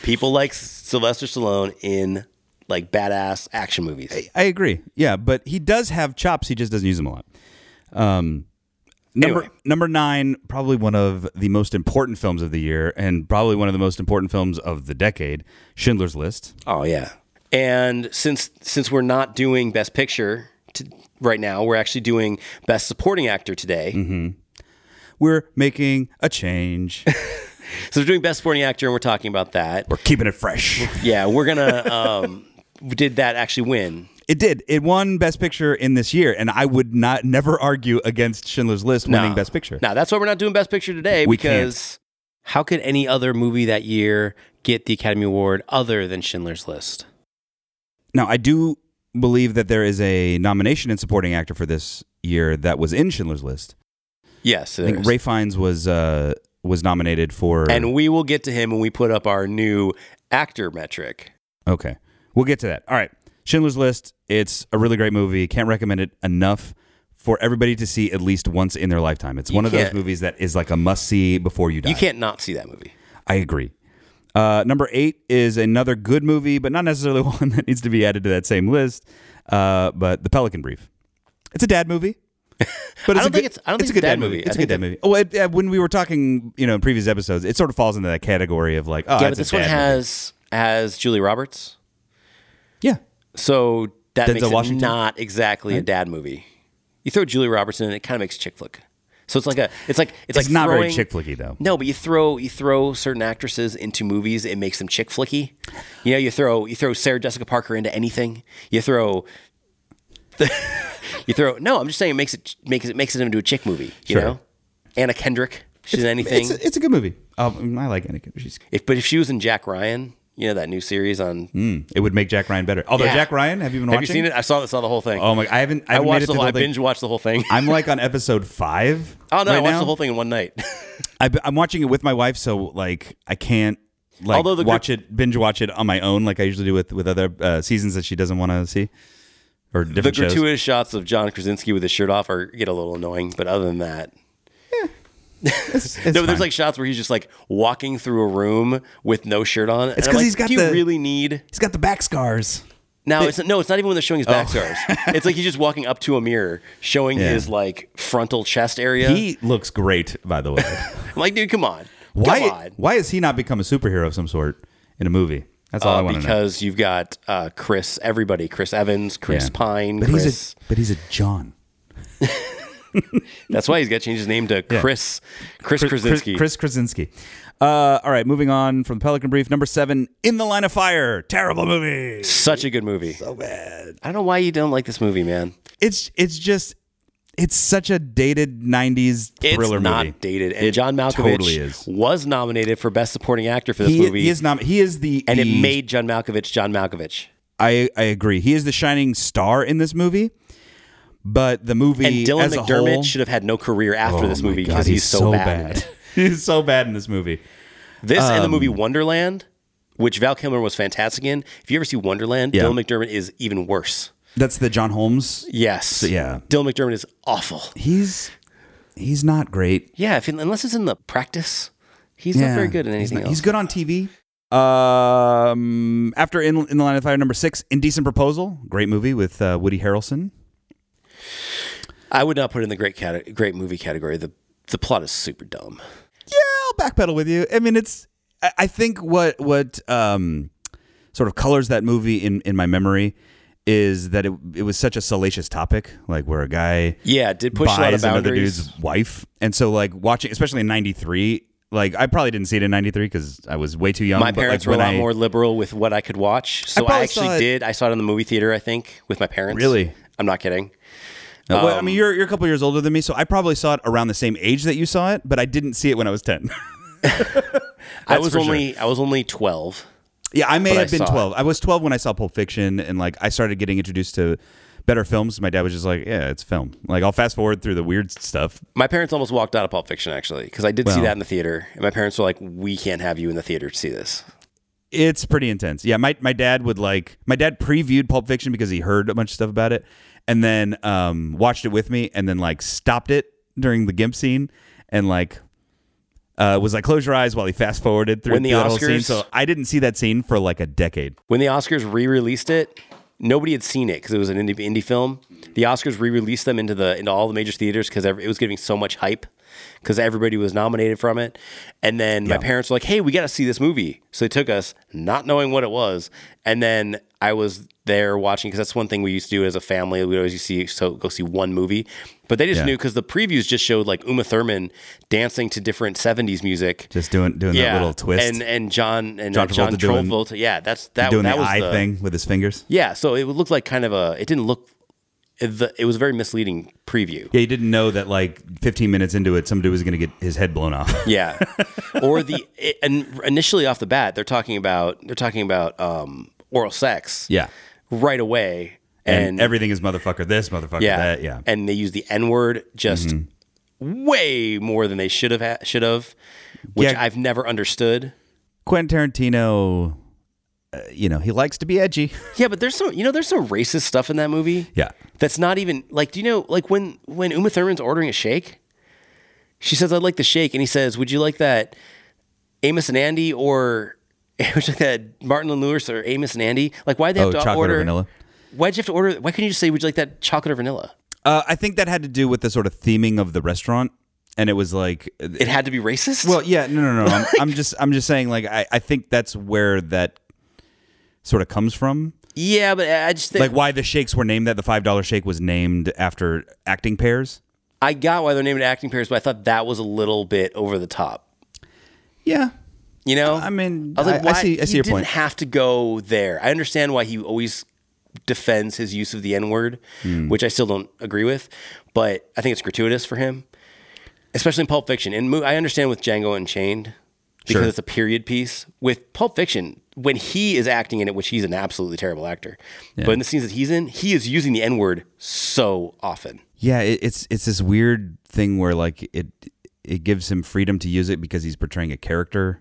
[SPEAKER 3] People like Sylvester Stallone in like badass action movies.
[SPEAKER 2] I agree. Yeah, but he does have chops. He just doesn't use them a lot. Um, number
[SPEAKER 3] Anyway.
[SPEAKER 2] number nine, probably one of the most important films of the year, and probably one of the most important films of the decade. Schindler's List.
[SPEAKER 3] Oh yeah. And since since we're not doing Best Picture t right now, we're actually doing Best Supporting Actor today.
[SPEAKER 2] We're making a change.
[SPEAKER 3] So we're doing Best Supporting Actor, and we're talking about that.
[SPEAKER 2] We're keeping it fresh.
[SPEAKER 3] Yeah, we're gonna. Um, did that actually win?
[SPEAKER 2] It did. It won Best Picture in this year, and I would not never argue against Schindler's List winning
[SPEAKER 3] No.
[SPEAKER 2] Best Picture.
[SPEAKER 3] No, that's why we're not doing Best Picture today
[SPEAKER 2] We can't.
[SPEAKER 3] because how could any other movie that year get the Academy Award other than Schindler's List?
[SPEAKER 2] Now, I do believe that there is a nomination in supporting actor for this year that was in Schindler's List.
[SPEAKER 3] Yes,
[SPEAKER 2] I think
[SPEAKER 3] there's-
[SPEAKER 2] Ray Fiennes was uh, was nominated for.
[SPEAKER 3] and we will get to him when we put up our new actor metric.
[SPEAKER 2] okay, we'll get to that. All right, Schindler's List. It's a really great movie. Can't recommend it enough for everybody to see at least once in their lifetime. It's
[SPEAKER 3] You
[SPEAKER 2] one of those
[SPEAKER 3] can't-
[SPEAKER 2] movies that is like a must see before you die.
[SPEAKER 3] You can't not see that movie.
[SPEAKER 2] I agree. Uh, number eight is another good movie, but not necessarily one that needs to be added to that same list. Uh, but The Pelican Brief. It's a dad movie. But
[SPEAKER 3] I don't
[SPEAKER 2] a
[SPEAKER 3] think
[SPEAKER 2] good-
[SPEAKER 3] it's- I don't
[SPEAKER 2] it's
[SPEAKER 3] think
[SPEAKER 2] a good
[SPEAKER 3] it's
[SPEAKER 2] dad,
[SPEAKER 3] a dad
[SPEAKER 2] movie.
[SPEAKER 3] movie.
[SPEAKER 2] It's
[SPEAKER 3] I
[SPEAKER 2] a good
[SPEAKER 3] think
[SPEAKER 2] dad movie. Well, it, uh, when we were talking, you know, in previous episodes, it sort of falls into that category of like, oh,
[SPEAKER 3] Yeah,
[SPEAKER 2] it's
[SPEAKER 3] but
[SPEAKER 2] a
[SPEAKER 3] this one
[SPEAKER 2] dad movie.
[SPEAKER 3] has has Julie Roberts,
[SPEAKER 2] yeah,
[SPEAKER 3] so that
[SPEAKER 2] Denzel
[SPEAKER 3] makes it
[SPEAKER 2] Washington?
[SPEAKER 3] not exactly a dad movie. You throw Julie Roberts in, it kind of makes chick flick. So it's like a, it's like it's,
[SPEAKER 2] it's
[SPEAKER 3] like
[SPEAKER 2] not very
[SPEAKER 3] throwing-
[SPEAKER 2] chick flicky though.
[SPEAKER 3] No, but you throw you throw certain actresses into movies, it makes them chick flicky. You know, you throw you throw Sarah Jessica Parker into anything. You throw you throw no, I'm just saying it makes it makes it makes it into a chick movie, you
[SPEAKER 2] Sure.
[SPEAKER 3] know? Anna Kendrick, she's in anything.
[SPEAKER 2] It's a, it's a good movie. Um, I like Anna. She's,
[SPEAKER 3] if, but if she was in Jack Ryan, you know that new series on
[SPEAKER 2] it would make Jack Ryan better. Although
[SPEAKER 3] Yeah.
[SPEAKER 2] Jack Ryan, have you been Mm,
[SPEAKER 3] Have
[SPEAKER 2] watching?
[SPEAKER 3] you seen it? I saw saw the whole thing.
[SPEAKER 2] Oh my! I haven't. I,
[SPEAKER 3] I
[SPEAKER 2] haven't made
[SPEAKER 3] watched
[SPEAKER 2] it
[SPEAKER 3] the
[SPEAKER 2] to
[SPEAKER 3] whole I
[SPEAKER 2] the, like-
[SPEAKER 3] binge watched the whole thing.
[SPEAKER 2] I'm like on episode five.
[SPEAKER 3] oh no, I
[SPEAKER 2] right
[SPEAKER 3] watched
[SPEAKER 2] now.
[SPEAKER 3] the whole thing in one night.
[SPEAKER 2] I, am watching it with my wife, so like I can't like
[SPEAKER 3] Although the
[SPEAKER 2] watch it binge watch it on my own, like I usually do with with other uh, seasons that she doesn't want to see or
[SPEAKER 3] the
[SPEAKER 2] different shows.
[SPEAKER 3] gratuitous shots of John Krasinski with his shirt off are get a little annoying, but other than that,
[SPEAKER 2] It's- it's
[SPEAKER 3] no, but there's
[SPEAKER 2] fine.
[SPEAKER 3] like shots where he's just like walking through a room with no shirt on. It's
[SPEAKER 2] 'cause he's got
[SPEAKER 3] Do you
[SPEAKER 2] the-
[SPEAKER 3] really need?
[SPEAKER 2] he's got the back scars.
[SPEAKER 3] Now it's no, it's not even when they're showing his
[SPEAKER 2] Oh.
[SPEAKER 3] back scars. it's like he's just walking up to a mirror, showing
[SPEAKER 2] Yeah.
[SPEAKER 3] his like frontal chest area.
[SPEAKER 2] He looks great, by the way.
[SPEAKER 3] I'm like, dude, come on,
[SPEAKER 2] why?
[SPEAKER 3] Come on.
[SPEAKER 2] Why has he not become a superhero of some sort in a movie? That's all Oh, I
[SPEAKER 3] Uh,
[SPEAKER 2] want to know.
[SPEAKER 3] because you've got uh, Chris, everybody, Chris Evans, Chris
[SPEAKER 2] Yeah.
[SPEAKER 3] Pine,
[SPEAKER 2] but
[SPEAKER 3] Chris.
[SPEAKER 2] he's a but he's a John.
[SPEAKER 3] That's why he's got to change his name to Chris, Chris, Krasinski.
[SPEAKER 2] Chris, Chris Krasinski. Uh, all right, moving on from the Pelican Brief, number seven, In the Line of Fire. Terrible movie.
[SPEAKER 3] Such a good movie.
[SPEAKER 2] So bad.
[SPEAKER 3] I don't know why you don't like this movie, man.
[SPEAKER 2] it's it's just it's such a dated 90s
[SPEAKER 3] It's
[SPEAKER 2] thriller
[SPEAKER 3] not
[SPEAKER 2] movie.
[SPEAKER 3] dated. And John Malkovich
[SPEAKER 2] totally is.
[SPEAKER 3] was nominated for Best Supporting Actor for this
[SPEAKER 2] He,
[SPEAKER 3] movie.
[SPEAKER 2] he is not he is the
[SPEAKER 3] and it
[SPEAKER 2] the-
[SPEAKER 3] made John Malkovich John Malkovich.
[SPEAKER 2] I I agree. He is the shining star in this movie. But the movie
[SPEAKER 3] And Dylan
[SPEAKER 2] as a
[SPEAKER 3] McDermott
[SPEAKER 2] whole,
[SPEAKER 3] should have had no career after
[SPEAKER 2] Oh
[SPEAKER 3] this
[SPEAKER 2] my
[SPEAKER 3] movie
[SPEAKER 2] God,
[SPEAKER 3] because he's, so, bad. in it.
[SPEAKER 2] he's so bad in this movie.
[SPEAKER 3] This and the
[SPEAKER 2] Um,
[SPEAKER 3] movie Wonderland, which Val Kilmer was fantastic in. If you ever see Wonderland,
[SPEAKER 2] Yeah.
[SPEAKER 3] Dylan McDermott is even worse.
[SPEAKER 2] That's the John Holmes.
[SPEAKER 3] Yes.
[SPEAKER 2] yeah.
[SPEAKER 3] Dylan McDermott is awful.
[SPEAKER 2] He's he's not great.
[SPEAKER 3] Yeah, if, unless it's in the practice, he's
[SPEAKER 2] yeah,
[SPEAKER 3] not very good in
[SPEAKER 2] He's
[SPEAKER 3] anything
[SPEAKER 2] not-
[SPEAKER 3] else.
[SPEAKER 2] He's good on TV. Um, after in, in the line of fire number six, Indecent Proposal, great movie with uh, Woody Harrelson.
[SPEAKER 3] I would not put it in the great cate- great movie category. The the plot is super dumb.
[SPEAKER 2] Yeah, I'll backpedal with you. I mean, it's I, I think what what um sort of colors that movie in in my memory is that it it was such a salacious topic, like where a guy
[SPEAKER 3] Yeah, it did push a lot of
[SPEAKER 2] buys another
[SPEAKER 3] boundaries.
[SPEAKER 2] dude's wife, and so like watching, especially in '93. Like I probably didn't see it in '93 because I was way too young.
[SPEAKER 3] my
[SPEAKER 2] but, like,
[SPEAKER 3] parents were
[SPEAKER 2] when
[SPEAKER 3] a lot
[SPEAKER 2] I-
[SPEAKER 3] more liberal with what I could watch, so I,
[SPEAKER 2] probably
[SPEAKER 3] actually
[SPEAKER 2] saw it-
[SPEAKER 3] did. I saw it in the movie theater, I think, with my parents.
[SPEAKER 2] Really?
[SPEAKER 3] I'm not kidding.
[SPEAKER 2] Well, I
[SPEAKER 3] um,
[SPEAKER 2] mean, you're you're a couple years older than me, so I probably saw it around the same age that you saw it, but I didn't see it when I was ten.
[SPEAKER 3] I
[SPEAKER 2] That's
[SPEAKER 3] was
[SPEAKER 2] for sure.
[SPEAKER 3] only I was only 12.
[SPEAKER 2] Yeah, I may
[SPEAKER 3] But I
[SPEAKER 2] have been
[SPEAKER 3] saw it.
[SPEAKER 2] 12. I was 12 when I saw Pulp Fiction and like I started getting introduced to better films. My dad was just like, "Yeah, it's film." Like I'll fast forward through the weird stuff.
[SPEAKER 3] My parents almost walked out of Pulp Fiction actually because I did see
[SPEAKER 2] Wow.
[SPEAKER 3] that in the theater, and my parents were like, "We can't have you in the theater to see this."
[SPEAKER 2] It's pretty intense. Yeah, my my dad would like my dad previewed Pulp Fiction because he heard a bunch of stuff about it and then um watched it with me and then like stopped it during the gimp scene and like uh, was like close your eyes while he fast forwarded through
[SPEAKER 3] When the
[SPEAKER 2] through that whole scene.
[SPEAKER 3] Oscars-
[SPEAKER 2] So I didn't see that scene for like a decade.
[SPEAKER 3] When the Oscars re-released it, nobody had seen it because it was an indie indie film. The Oscars re-released them into the into all the major theaters because it was getting so much hype because everybody was nominated from it. And then my parents were like, "Hey, we got to see this movie," so they took us, not knowing what it was. And then I was there watching because that's one thing we used to do as a family. We always used to see, so go see one movie, but they just
[SPEAKER 2] Yeah.
[SPEAKER 3] knew because the previews just showed like Uma Thurman dancing to different '70s music.
[SPEAKER 2] Just doing doing that little twist.
[SPEAKER 3] And and John and uh,
[SPEAKER 2] John
[SPEAKER 3] John Travolta.
[SPEAKER 2] Travolta doing-
[SPEAKER 3] yeah, that's that.
[SPEAKER 2] doing
[SPEAKER 3] that
[SPEAKER 2] the
[SPEAKER 3] was
[SPEAKER 2] eye
[SPEAKER 3] the,
[SPEAKER 2] thing with his fingers.
[SPEAKER 3] Yeah, so it looked like kind of a. It didn't look. It, the, it was a very misleading preview.
[SPEAKER 2] Yeah, you didn't know that like 15 minutes into it, some dude was going to get his head blown off.
[SPEAKER 3] Yeah, or the it, and initially off the bat, they're talking about they're talking about um, oral sex.
[SPEAKER 2] Yeah.
[SPEAKER 3] right away,
[SPEAKER 2] And,
[SPEAKER 3] and,
[SPEAKER 2] everything is motherfucker this, motherfucker
[SPEAKER 3] yeah,
[SPEAKER 2] that. Yeah. Mm-hmm.
[SPEAKER 3] and they use the N word just way more than they should have ha- should have, which
[SPEAKER 2] Yeah.
[SPEAKER 3] I've never understood.
[SPEAKER 2] Quentin Tarantino, uh, you know, he likes to be edgy.
[SPEAKER 3] Yeah, but there's some you know there's some racist stuff in that movie.
[SPEAKER 2] Yeah.
[SPEAKER 3] That's not even like do you know like when when Uma Thurman's ordering a shake, she says I'd like the shake, and he says Would you like that Amos and Andy or would you like that Martin and Lewis or Amos and Andy? Like why they have
[SPEAKER 2] Oh,
[SPEAKER 3] to
[SPEAKER 2] chocolate or
[SPEAKER 3] order
[SPEAKER 2] vanilla?
[SPEAKER 3] Why'd you have to order? Why couldn't you just say Would you like that chocolate or vanilla?
[SPEAKER 2] Uh, I think that had to do with the sort of theming of the restaurant. And it was like, uh,
[SPEAKER 3] It had to be racist.
[SPEAKER 2] well, yeah, no, no, no. I'm, I'm just, I'm just saying, like, I, I think that's where that sort of comes from.
[SPEAKER 3] yeah, but I just think
[SPEAKER 2] Like, why the shakes were named that. The five dollar shake was named after acting pairs.
[SPEAKER 3] I got why they're named acting pairs, but I thought that was a little bit over the top.
[SPEAKER 2] Yeah,
[SPEAKER 3] You know,
[SPEAKER 2] I mean,
[SPEAKER 3] I was like,
[SPEAKER 2] I- I
[SPEAKER 3] why?
[SPEAKER 2] see- I see
[SPEAKER 3] he
[SPEAKER 2] your
[SPEAKER 3] didn't
[SPEAKER 2] point.
[SPEAKER 3] have to go there. I understand why he always defends his use of the N word,
[SPEAKER 2] Hmm.
[SPEAKER 3] which I still don't agree with, but I think it's gratuitous for him, especially in Pulp Fiction. And mo- I understand with Django Unchained because
[SPEAKER 2] Sure.
[SPEAKER 3] it's a period piece. With Pulp Fiction, when he is acting in it, which he's an absolutely terrible actor, but in the scenes that he's in, he is using the N word so often.
[SPEAKER 2] Yeah, it, it's it's this weird thing where like it it gives him freedom to use it because he's portraying a character.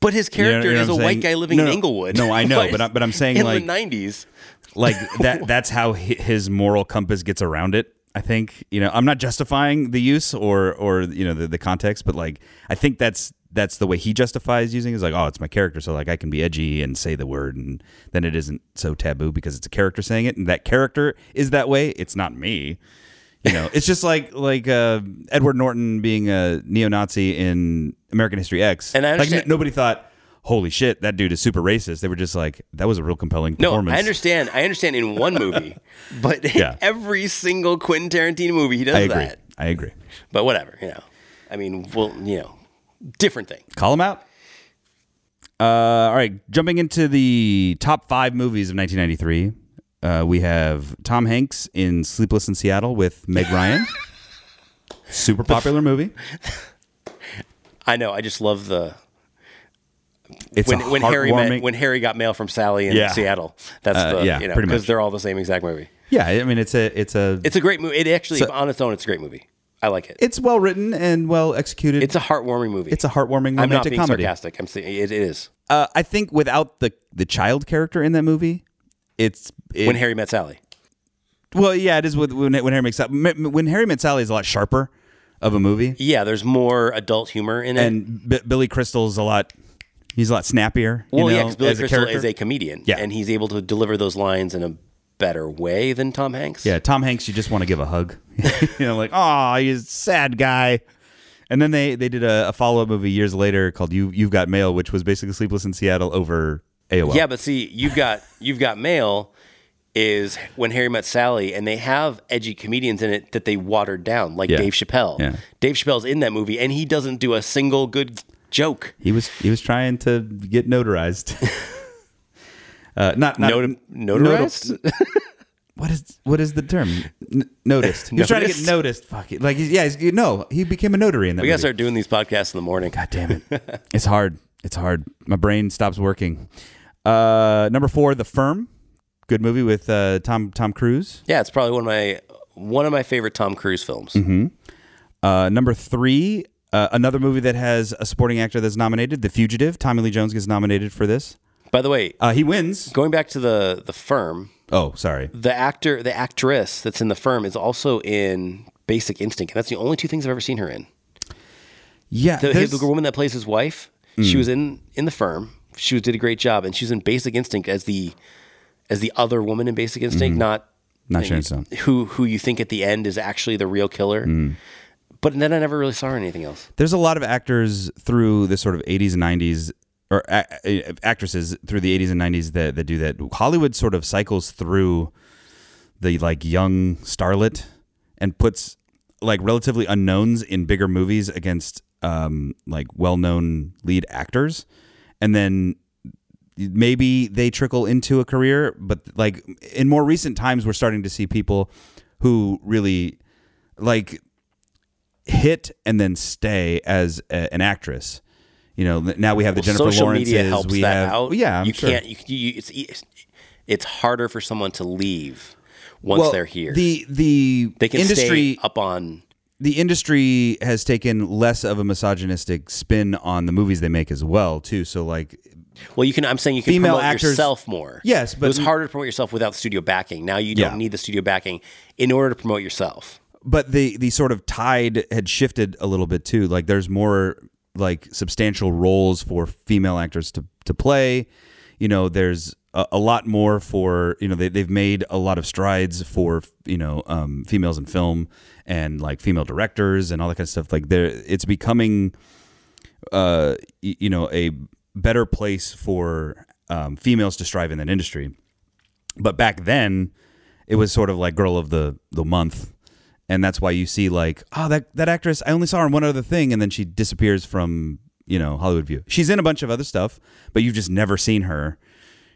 [SPEAKER 3] But his
[SPEAKER 2] know- you
[SPEAKER 3] character
[SPEAKER 2] know
[SPEAKER 3] is a
[SPEAKER 2] what I'm
[SPEAKER 3] white
[SPEAKER 2] saying?
[SPEAKER 3] guy living
[SPEAKER 2] No,
[SPEAKER 3] in
[SPEAKER 2] no,
[SPEAKER 3] Inglewood.
[SPEAKER 2] no, I know, but I- but I'm saying,
[SPEAKER 3] in
[SPEAKER 2] like-
[SPEAKER 3] the '90s.
[SPEAKER 2] Like that that's how hi- his moral compass gets around it. I think, you know, I'm not justifying the use or or you know the, the context, but like I think that's that's the way he justifies using it. It's like, oh, it's my character, so like I can be edgy and say the word and then it isn't so taboo because it's a character saying it and that character is that way. It's not me. You know, it's just like like uh, Edward Norton being a neo-Nazi in American History X.
[SPEAKER 3] And I
[SPEAKER 2] like
[SPEAKER 3] understand-
[SPEAKER 2] nobody thought, holy shit, that dude is super racist. They were just like, that was a real compelling
[SPEAKER 3] No,
[SPEAKER 2] performance.
[SPEAKER 3] I understand. I understand in one movie, but in
[SPEAKER 2] Yeah.
[SPEAKER 3] every single Quentin Tarantino movie, he does
[SPEAKER 2] I agree.
[SPEAKER 3] that.
[SPEAKER 2] I agree.
[SPEAKER 3] But whatever, you know. I mean, well, you know, different thing.
[SPEAKER 2] Call him out. Uh, all right, jumping into the top five movies of 1993, uh, we have Tom Hanks in Sleepless in Seattle with Meg Ryan. super popular movie.
[SPEAKER 3] I know. I just love the
[SPEAKER 2] It's
[SPEAKER 3] when
[SPEAKER 2] a
[SPEAKER 3] when Harry
[SPEAKER 2] heartwarming-
[SPEAKER 3] met when Harry got mail from Sally in
[SPEAKER 2] Yeah.
[SPEAKER 3] Seattle. That's
[SPEAKER 2] Uh,
[SPEAKER 3] the
[SPEAKER 2] yeah,
[SPEAKER 3] you know
[SPEAKER 2] pretty
[SPEAKER 3] because
[SPEAKER 2] much.
[SPEAKER 3] they're all the same exact movie.
[SPEAKER 2] Yeah, I mean it's a it's a it's,
[SPEAKER 3] It's a great movie. It actually,
[SPEAKER 2] So-
[SPEAKER 3] on its own, it's a great movie. I like it.
[SPEAKER 2] well written and well executed.
[SPEAKER 3] It's a heartwarming movie.
[SPEAKER 2] it's a heartwarming romantic
[SPEAKER 3] I'm not being
[SPEAKER 2] comedy.
[SPEAKER 3] sarcastic. I'm saying it is.
[SPEAKER 2] Uh, I think without the the child character in that movie, it's it,
[SPEAKER 3] When Harry Met Sally.
[SPEAKER 2] Well, yeah, it is with when, when Harry makes up. When Harry Met Sally is a lot sharper of a movie,
[SPEAKER 3] Yeah, there's more adult humor in it.
[SPEAKER 2] and B- Billy Crystal's a lot. He's a lot snappier. You
[SPEAKER 3] well, yeah,
[SPEAKER 2] know,
[SPEAKER 3] 'cause Billy
[SPEAKER 2] as a
[SPEAKER 3] Crystal
[SPEAKER 2] character.
[SPEAKER 3] is a comedian,
[SPEAKER 2] Yeah.
[SPEAKER 3] and he's able to deliver those lines in a better way than Tom Hanks.
[SPEAKER 2] Yeah, Tom Hanks, you just want to give a hug. you know, like, oh, he's a sad guy. And then they they did a, a follow up movie years later called You You've Got Mail, which was basically Sleepless in Seattle over AOL.
[SPEAKER 3] Yeah, but see, you've got you've got mail is when Harry met Sally, and they have edgy comedians in it that they watered down, like
[SPEAKER 2] Yeah.
[SPEAKER 3] Dave Chappelle.
[SPEAKER 2] Yeah.
[SPEAKER 3] Dave Chappelle's in that movie, and he doesn't do a single good joke.
[SPEAKER 2] he was he was trying to get notarized. uh, not not
[SPEAKER 3] Not, notarized?
[SPEAKER 2] what is what is the term? N- noticed. He was trying to get
[SPEAKER 3] Noticed?
[SPEAKER 2] noticed. Fuck it. Like he's- yeah, he's, you know, he became a notary in that.
[SPEAKER 3] we
[SPEAKER 2] movie.
[SPEAKER 3] gotta start doing these podcasts in the morning.
[SPEAKER 2] God damn it. it's hard. It's hard. My brain stops working. Uh, number four, The Firm. Good movie with uh, Tom Tom Cruise.
[SPEAKER 3] Yeah, it's probably one of my one of my favorite Tom Cruise films.
[SPEAKER 2] Mm-hmm. Uh, number three, uh, another movie that has a supporting actor that's nominated, The Fugitive. Tommy Lee Jones gets nominated for this.
[SPEAKER 3] By the way,
[SPEAKER 2] Uh, he wins.
[SPEAKER 3] going back to the the firm,
[SPEAKER 2] Oh, sorry.
[SPEAKER 3] the actor, the actress that's in the firm is also in Basic Instinct, and that's the only two things I've ever seen her in.
[SPEAKER 2] Yeah,
[SPEAKER 3] the,
[SPEAKER 2] there's-
[SPEAKER 3] the woman that plays his wife,
[SPEAKER 2] Hmm.
[SPEAKER 3] she was in in the firm. She was, did a great job, and she's in Basic Instinct as the as the other woman in Basic Instinct, not
[SPEAKER 2] Mm-hmm. Not Sharon Stone. Hmm.
[SPEAKER 3] who who you think at the end is actually the real killer. But then I never really saw her in anything else.
[SPEAKER 2] there's a lot of actors through the sort of 80s and 90s or a- a- actresses through the 80s and 90s that, that do that hollywood sort of cycles through the like young starlet and puts like relatively unknowns in bigger movies against um, like well-known lead actors and then maybe they trickle into a career but like in more recent times we're starting to see people who really like hit and then stay as a, an actress. You know, th- now we have the Jennifer
[SPEAKER 3] Social
[SPEAKER 2] Lawrences.
[SPEAKER 3] media helps
[SPEAKER 2] we
[SPEAKER 3] that
[SPEAKER 2] have,
[SPEAKER 3] out.
[SPEAKER 2] yeah, I'm
[SPEAKER 3] you
[SPEAKER 2] sure.
[SPEAKER 3] can't. You, you it's e- it's harder for someone to leave once
[SPEAKER 2] Well,
[SPEAKER 3] they're here.
[SPEAKER 2] the the
[SPEAKER 3] they can
[SPEAKER 2] industry
[SPEAKER 3] stay up on
[SPEAKER 2] the industry has taken less of a misogynistic spin on the movies they make as well too. So like,
[SPEAKER 3] Well, you can. I'm saying you can
[SPEAKER 2] Female
[SPEAKER 3] promote
[SPEAKER 2] actors-
[SPEAKER 3] yourself more.
[SPEAKER 2] Yes, but-
[SPEAKER 3] it was harder to promote yourself without studio backing. Now you
[SPEAKER 2] Yeah.
[SPEAKER 3] don't need the studio backing in order to promote yourself.
[SPEAKER 2] but the the sort of tide had shifted a little bit too. Like there's more like substantial roles for female actors to to play. You know, there's a, a lot more for you know they they've made a lot of strides for you know um, females in film and like female directors and all that kind of stuff. Like there, it's becoming uh y- you know a better place for um, females to strive in that industry but back then it was sort of like girl of the the month and that's why you see like oh that that actress i only saw her in one other thing and then she disappears from you know hollywood view she's in a bunch of other stuff but you've just never seen her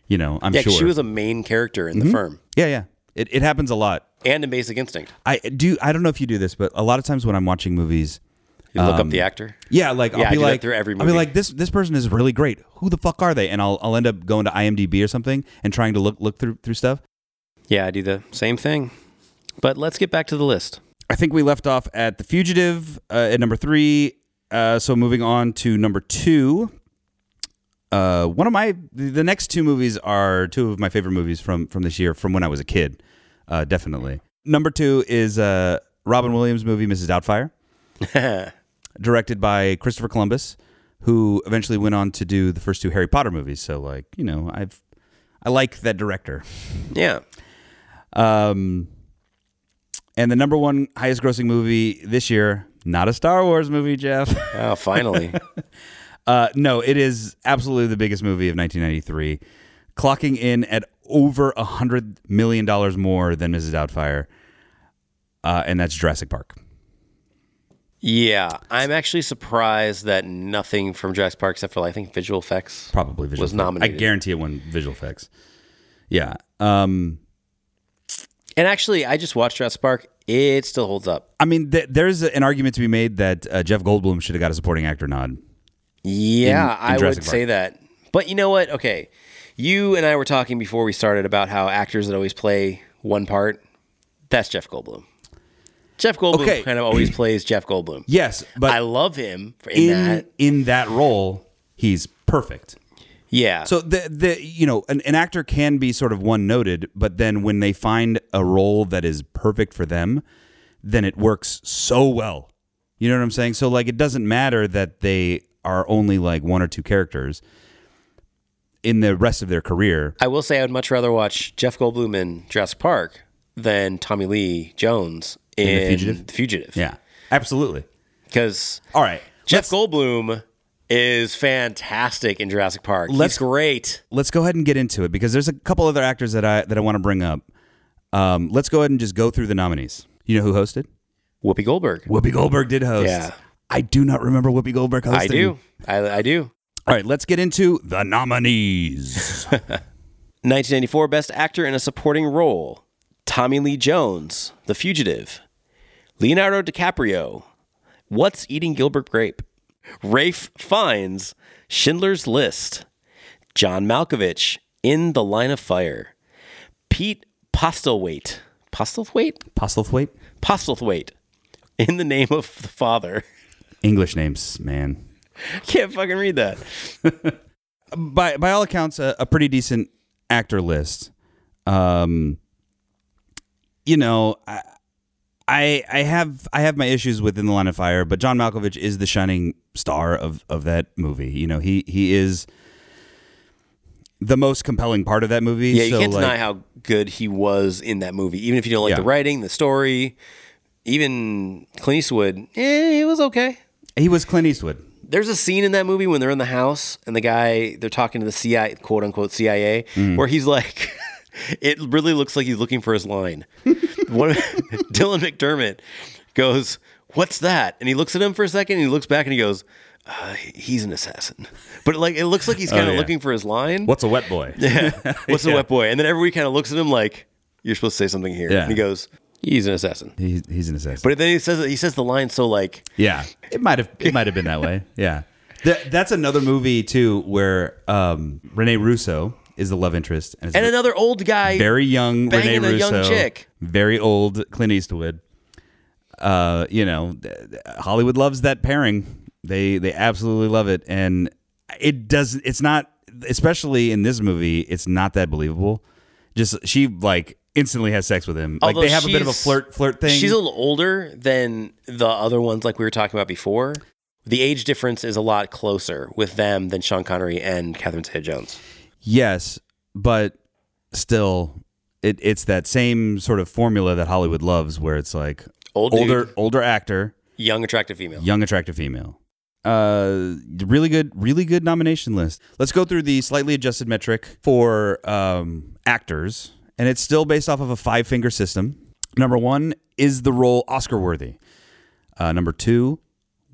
[SPEAKER 2] you know i'm
[SPEAKER 3] Yeah,
[SPEAKER 2] sure
[SPEAKER 3] 'cause
[SPEAKER 2] Mm-hmm.
[SPEAKER 3] she was a main character in the firm
[SPEAKER 2] yeah yeah it, it happens a lot
[SPEAKER 3] and in Basic Instinct.
[SPEAKER 2] i do i don't know if you do this but a lot of times when i'm watching movies
[SPEAKER 3] You look up
[SPEAKER 2] Um,
[SPEAKER 3] the actor.
[SPEAKER 2] yeah, like
[SPEAKER 3] Yeah,
[SPEAKER 2] I'll
[SPEAKER 3] I
[SPEAKER 2] be
[SPEAKER 3] do that
[SPEAKER 2] like
[SPEAKER 3] through every
[SPEAKER 2] I'll be
[SPEAKER 3] movie.
[SPEAKER 2] like this this person is really great. Who the fuck are they? And I'll I'll end up going to IMDb or something and trying to look look through through stuff.
[SPEAKER 3] Yeah, I do the same thing. But let's get back to the list.
[SPEAKER 2] I think we left off at The Fugitive uh, at number three. Uh, so moving on to number two. Uh, one of my the the next two movies are two of my favorite movies from from this year from when I was a kid, uh, definitely. Number two is uh, Robin Williams' movie Mrs. Doubtfire, directed by Christopher Columbus, who eventually went on to do the first two Harry Potter movies. So like you know I've I like that director.
[SPEAKER 3] Yeah,
[SPEAKER 2] Um, and the number one highest grossing movie this year, not a Star Wars movie, Jeff.
[SPEAKER 3] oh, finally.
[SPEAKER 2] Uh, no, it is absolutely the biggest movie of 1993, clocking in at over a hundred million dollars more than Mrs. Doubtfire, uh, and that's Jurassic Park.
[SPEAKER 3] yeah, I'm actually surprised that nothing from Jurassic Park, except for I think visual effects,
[SPEAKER 2] Probably visual
[SPEAKER 3] was
[SPEAKER 2] effects.
[SPEAKER 3] nominated.
[SPEAKER 2] I guarantee it won visual effects. Yeah. Um,
[SPEAKER 3] and actually, I just watched Jurassic Park. It still holds up.
[SPEAKER 2] I mean, th- there's an argument to be made that uh, Jeff Goldblum should have got a supporting actor nod.
[SPEAKER 3] Yeah,
[SPEAKER 2] in
[SPEAKER 3] I
[SPEAKER 2] Jurassic
[SPEAKER 3] would say that. But you know what? Okay. You and I were talking before we started about how actors that always play one part. That's Jeff Goldblum. Jeff Goldblum
[SPEAKER 2] Okay.
[SPEAKER 3] kind of always plays Jeff Goldblum.
[SPEAKER 2] Yes, but
[SPEAKER 3] I love him for- in,
[SPEAKER 2] in
[SPEAKER 3] that.
[SPEAKER 2] in that role, he's perfect.
[SPEAKER 3] Yeah.
[SPEAKER 2] So the the you know an, an actor can be sort of one noted, but then when they find a role that is perfect for them, then it works so well. You know what I'm saying? So like it doesn't matter that they are only like one or two characters in the rest of their career.
[SPEAKER 3] I will say I would much rather watch Jeff Goldblum in Jurassic Park than Tommy Lee Jones in,
[SPEAKER 2] The Fugitive?
[SPEAKER 3] The Fugitive.
[SPEAKER 2] Yeah, absolutely.
[SPEAKER 3] Because
[SPEAKER 2] All right,
[SPEAKER 3] Jeff Goldblum is fantastic in Jurassic Park.
[SPEAKER 2] Let's-
[SPEAKER 3] He's great.
[SPEAKER 2] let's go ahead and get into it because there's a couple other actors that I that I want to bring up. Um, let's go ahead and just go through the nominees. You know who hosted?
[SPEAKER 3] Whoopi Goldberg.
[SPEAKER 2] Whoopi Goldberg did host.
[SPEAKER 3] Yeah.
[SPEAKER 2] I do not remember Whoopi Goldberg hosting.
[SPEAKER 3] I do. I, I do.
[SPEAKER 2] All right, let's get into the nominees.
[SPEAKER 3] 1994 Best Actor in a Supporting Role Tommy Lee Jones, The Fugitive, Leonardo DiCaprio, What's Eating Gilbert Grape, Rafe Fiennes, Schindler's List, John Malkovich, In the Line of Fire, Pete Postlethwaite, Postlethwaite?
[SPEAKER 2] Postlethwaite?
[SPEAKER 3] Postlethwaite, In the Name of the Father.
[SPEAKER 2] English names, man.
[SPEAKER 3] Can't fucking read that.
[SPEAKER 2] By by all accounts, a, a pretty decent actor list. Um, you know, I, I I have I have my issues within the line of fire, but John Malkovich is the shining star of of that movie. You know, he he is the most compelling part of that movie.
[SPEAKER 3] Yeah, you
[SPEAKER 2] so,
[SPEAKER 3] can't
[SPEAKER 2] like,
[SPEAKER 3] deny how good he was in that movie, even if you don't like
[SPEAKER 2] Yeah.
[SPEAKER 3] the writing, the story, even Clint Eastwood. Eh, he was okay.
[SPEAKER 2] he was Clint Eastwood.
[SPEAKER 3] There's a scene in that movie when they're in the house and the guy they're talking to the CIA, quote unquote CIA,
[SPEAKER 2] Mm.
[SPEAKER 3] where he's like, it really looks like he's looking for his line. One, Dylan McDermott goes, "What's that?" And he looks at him for a second, and he looks back, and he goes. Uh, he's an assassin, but like it looks like he's kind of
[SPEAKER 2] Oh, yeah.
[SPEAKER 3] looking for his line.
[SPEAKER 2] What's a wet boy?
[SPEAKER 3] Yeah. What's the wet boy? And then everybody kind of looks at him like, "You're supposed to say something here."
[SPEAKER 2] Yeah.
[SPEAKER 3] And he goes, "He's an assassin."
[SPEAKER 2] He, he's an assassin.
[SPEAKER 3] But then he says he says the line so like,
[SPEAKER 2] Yeah, it might have it might have been that way. Yeah, Th- that's another movie too where um, Rene Russo is the love interest and, it's
[SPEAKER 3] and
[SPEAKER 2] a
[SPEAKER 3] another old guy.
[SPEAKER 2] very young Rene
[SPEAKER 3] banging a
[SPEAKER 2] Russo,
[SPEAKER 3] young chick.
[SPEAKER 2] very old Clint Eastwood. Uh, you know, th- th- Hollywood loves that pairing. They they absolutely love it, and it does. It's not especially in this movie. It's not that believable. Just she like instantly has sex with him.
[SPEAKER 3] although
[SPEAKER 2] like they have a bit of a
[SPEAKER 3] she's-
[SPEAKER 2] flirt flirt thing.
[SPEAKER 3] She's a little older than the other ones, like we were talking about before. The age difference is a lot closer with them than Sean Connery and Catherine Zeta-Jones.
[SPEAKER 2] Yes, but still, it, it's that same sort of formula that Hollywood loves, where it's like
[SPEAKER 3] Old dude.
[SPEAKER 2] older, older actor,
[SPEAKER 3] Young, attractive female.
[SPEAKER 2] young, attractive female. Uh, really good, really good nomination list. Let's go through the slightly adjusted metric for um, actors, and it's still based off of a five finger system. Number one is the role Oscar worthy. Uh, number two,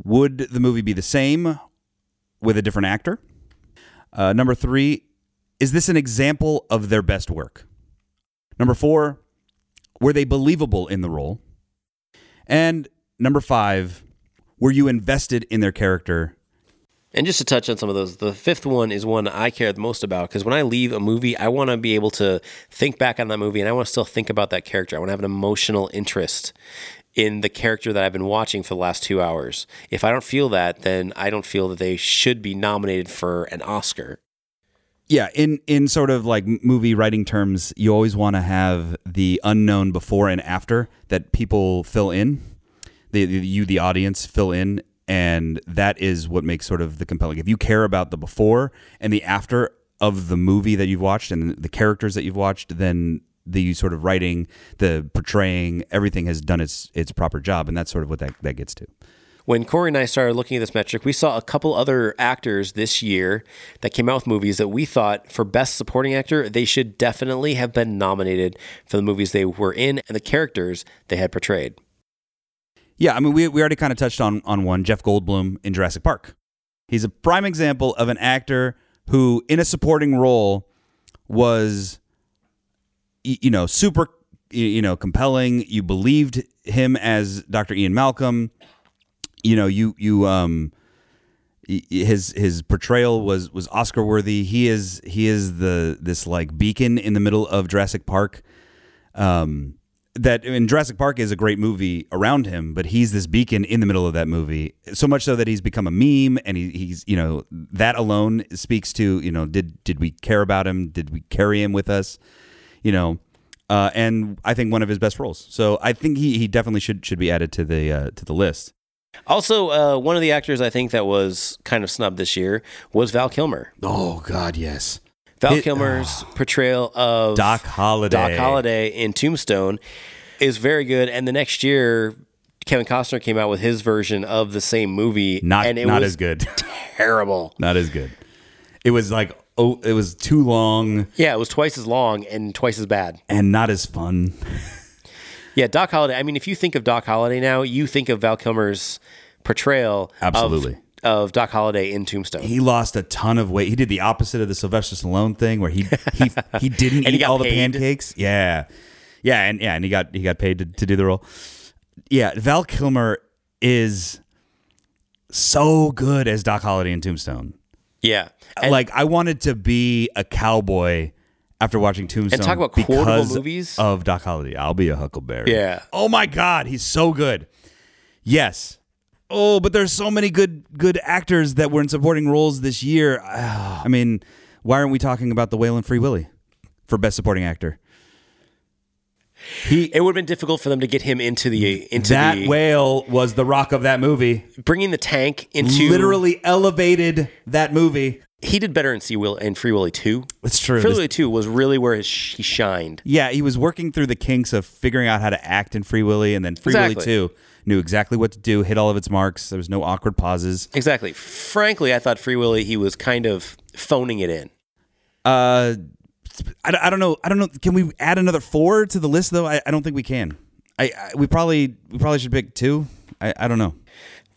[SPEAKER 2] would the movie be the same with a different actor? Uh, number three, is this an example of their best work? Number four, were they believable in the role? And number five, were you invested in their character?
[SPEAKER 3] And just to touch on some of those, the fifth one is one I care the most about because when I leave a movie, I want to be able to think back on that movie and I want to still think about that character. I want to have an emotional interest in the character that I've been watching for the last two hours. If I don't feel that, then I don't feel that they should be nominated for an Oscar.
[SPEAKER 2] Yeah, in in sort of like m- movie writing terms, you always want to have the unknown before and after that people fill in. The, the you the audience fill in and that is what makes sort of the compelling. If you care about the before and the after of the movie that you've watched and the characters that you've watched, then the sort of writing, the portraying, everything has done its its proper job and that's sort of what that, that gets to.
[SPEAKER 3] When Corey and I started looking at this metric, we saw a couple other actors this year that came out with movies that we thought for best supporting actor, they should definitely have been nominated for the movies they were in and the characters they had portrayed.
[SPEAKER 2] Yeah, I mean, we, we already kind of touched on, on one Jeff Goldblum in Jurassic Park. He's a prime example of an actor who, in a supporting role, was, y- you know, super, y- you know, compelling. You believed him as Dr. Ian Malcolm. You know, you, you, um, y- y- his his portrayal was was Oscar worthy. He is he is the this like beacon in the middle of Jurassic Park Um, that and Jurassic Park is a great movie around him, but he's this beacon in the middle of that movie. So much so that he's become a meme, and he, he's you know that alone speaks to you know did did we care about him? Did we carry him with us? You know, uh, and I think one of his best roles. So I think he, he definitely should should be added to the uh, to the list.
[SPEAKER 3] Also, uh, one of the actors I think that was kind of snubbed this year was Val Kilmer.
[SPEAKER 2] Oh God, yes,
[SPEAKER 3] Val
[SPEAKER 2] It-
[SPEAKER 3] Kilmer's portrayal of
[SPEAKER 2] Doc Holliday.
[SPEAKER 3] Doc Holliday in Tombstone is very good. And the next year, Kevin Costner came out with his version of the same movie.
[SPEAKER 2] not
[SPEAKER 3] and it
[SPEAKER 2] not
[SPEAKER 3] was
[SPEAKER 2] as good,
[SPEAKER 3] terrible.
[SPEAKER 2] not as good. It was like oh, it was too long
[SPEAKER 3] Yeah, it was twice as long and twice as bad.
[SPEAKER 2] and not as fun.
[SPEAKER 3] Yeah, Doc Holliday. I mean, if you think of Doc Holliday now, you think of Val Kilmer's portrayal of-
[SPEAKER 2] Absolutely.
[SPEAKER 3] Of, Doc Holliday in Tombstone.
[SPEAKER 2] He lost a ton of weight. He did the opposite of the Sylvester Stallone thing, where he he he didn't
[SPEAKER 3] And he
[SPEAKER 2] eat
[SPEAKER 3] got
[SPEAKER 2] all the
[SPEAKER 3] paid.
[SPEAKER 2] pancakes. Yeah, yeah, and yeah, and he got he got paid to, to do the role. Yeah, Val Kilmer is so good as Doc Holliday in Tombstone.
[SPEAKER 3] yeah. And,
[SPEAKER 2] like I wanted to be a cowboy after watching Tombstone.
[SPEAKER 3] talk about quotable
[SPEAKER 2] because
[SPEAKER 3] movies.
[SPEAKER 2] of Doc Holliday. I'll be a Huckleberry.
[SPEAKER 3] Yeah.
[SPEAKER 2] Oh my God, he's so good. Yes. Oh, but there's so many good good actors that were in supporting roles this year. Ah, I mean, why aren't we talking about the Whale and Free Willy for best supporting actor?
[SPEAKER 3] it would have been difficult for them to get him into the into
[SPEAKER 2] That
[SPEAKER 3] the
[SPEAKER 2] whale was the rock of that movie.
[SPEAKER 3] bringing the tank into
[SPEAKER 2] Literally elevated that movie.
[SPEAKER 3] He did better in Sea Will and Free Willy Two.
[SPEAKER 2] It's true.
[SPEAKER 3] Free Willy Two was really where his, he shined.
[SPEAKER 2] Yeah, he was working through the kinks of figuring out how to act in Free Willy, and then Free
[SPEAKER 3] Exactly.
[SPEAKER 2] Willy 2 knew exactly what to do, hit all of its marks. There was no awkward pauses.
[SPEAKER 3] Exactly. Frankly, I thought Free Willy he was kind of phoning it in.
[SPEAKER 2] Uh, I, I don't know. I don't know. Can we add another four to the list, though? I, I don't think we can. I, I we probably we probably should pick two. I, I don't know.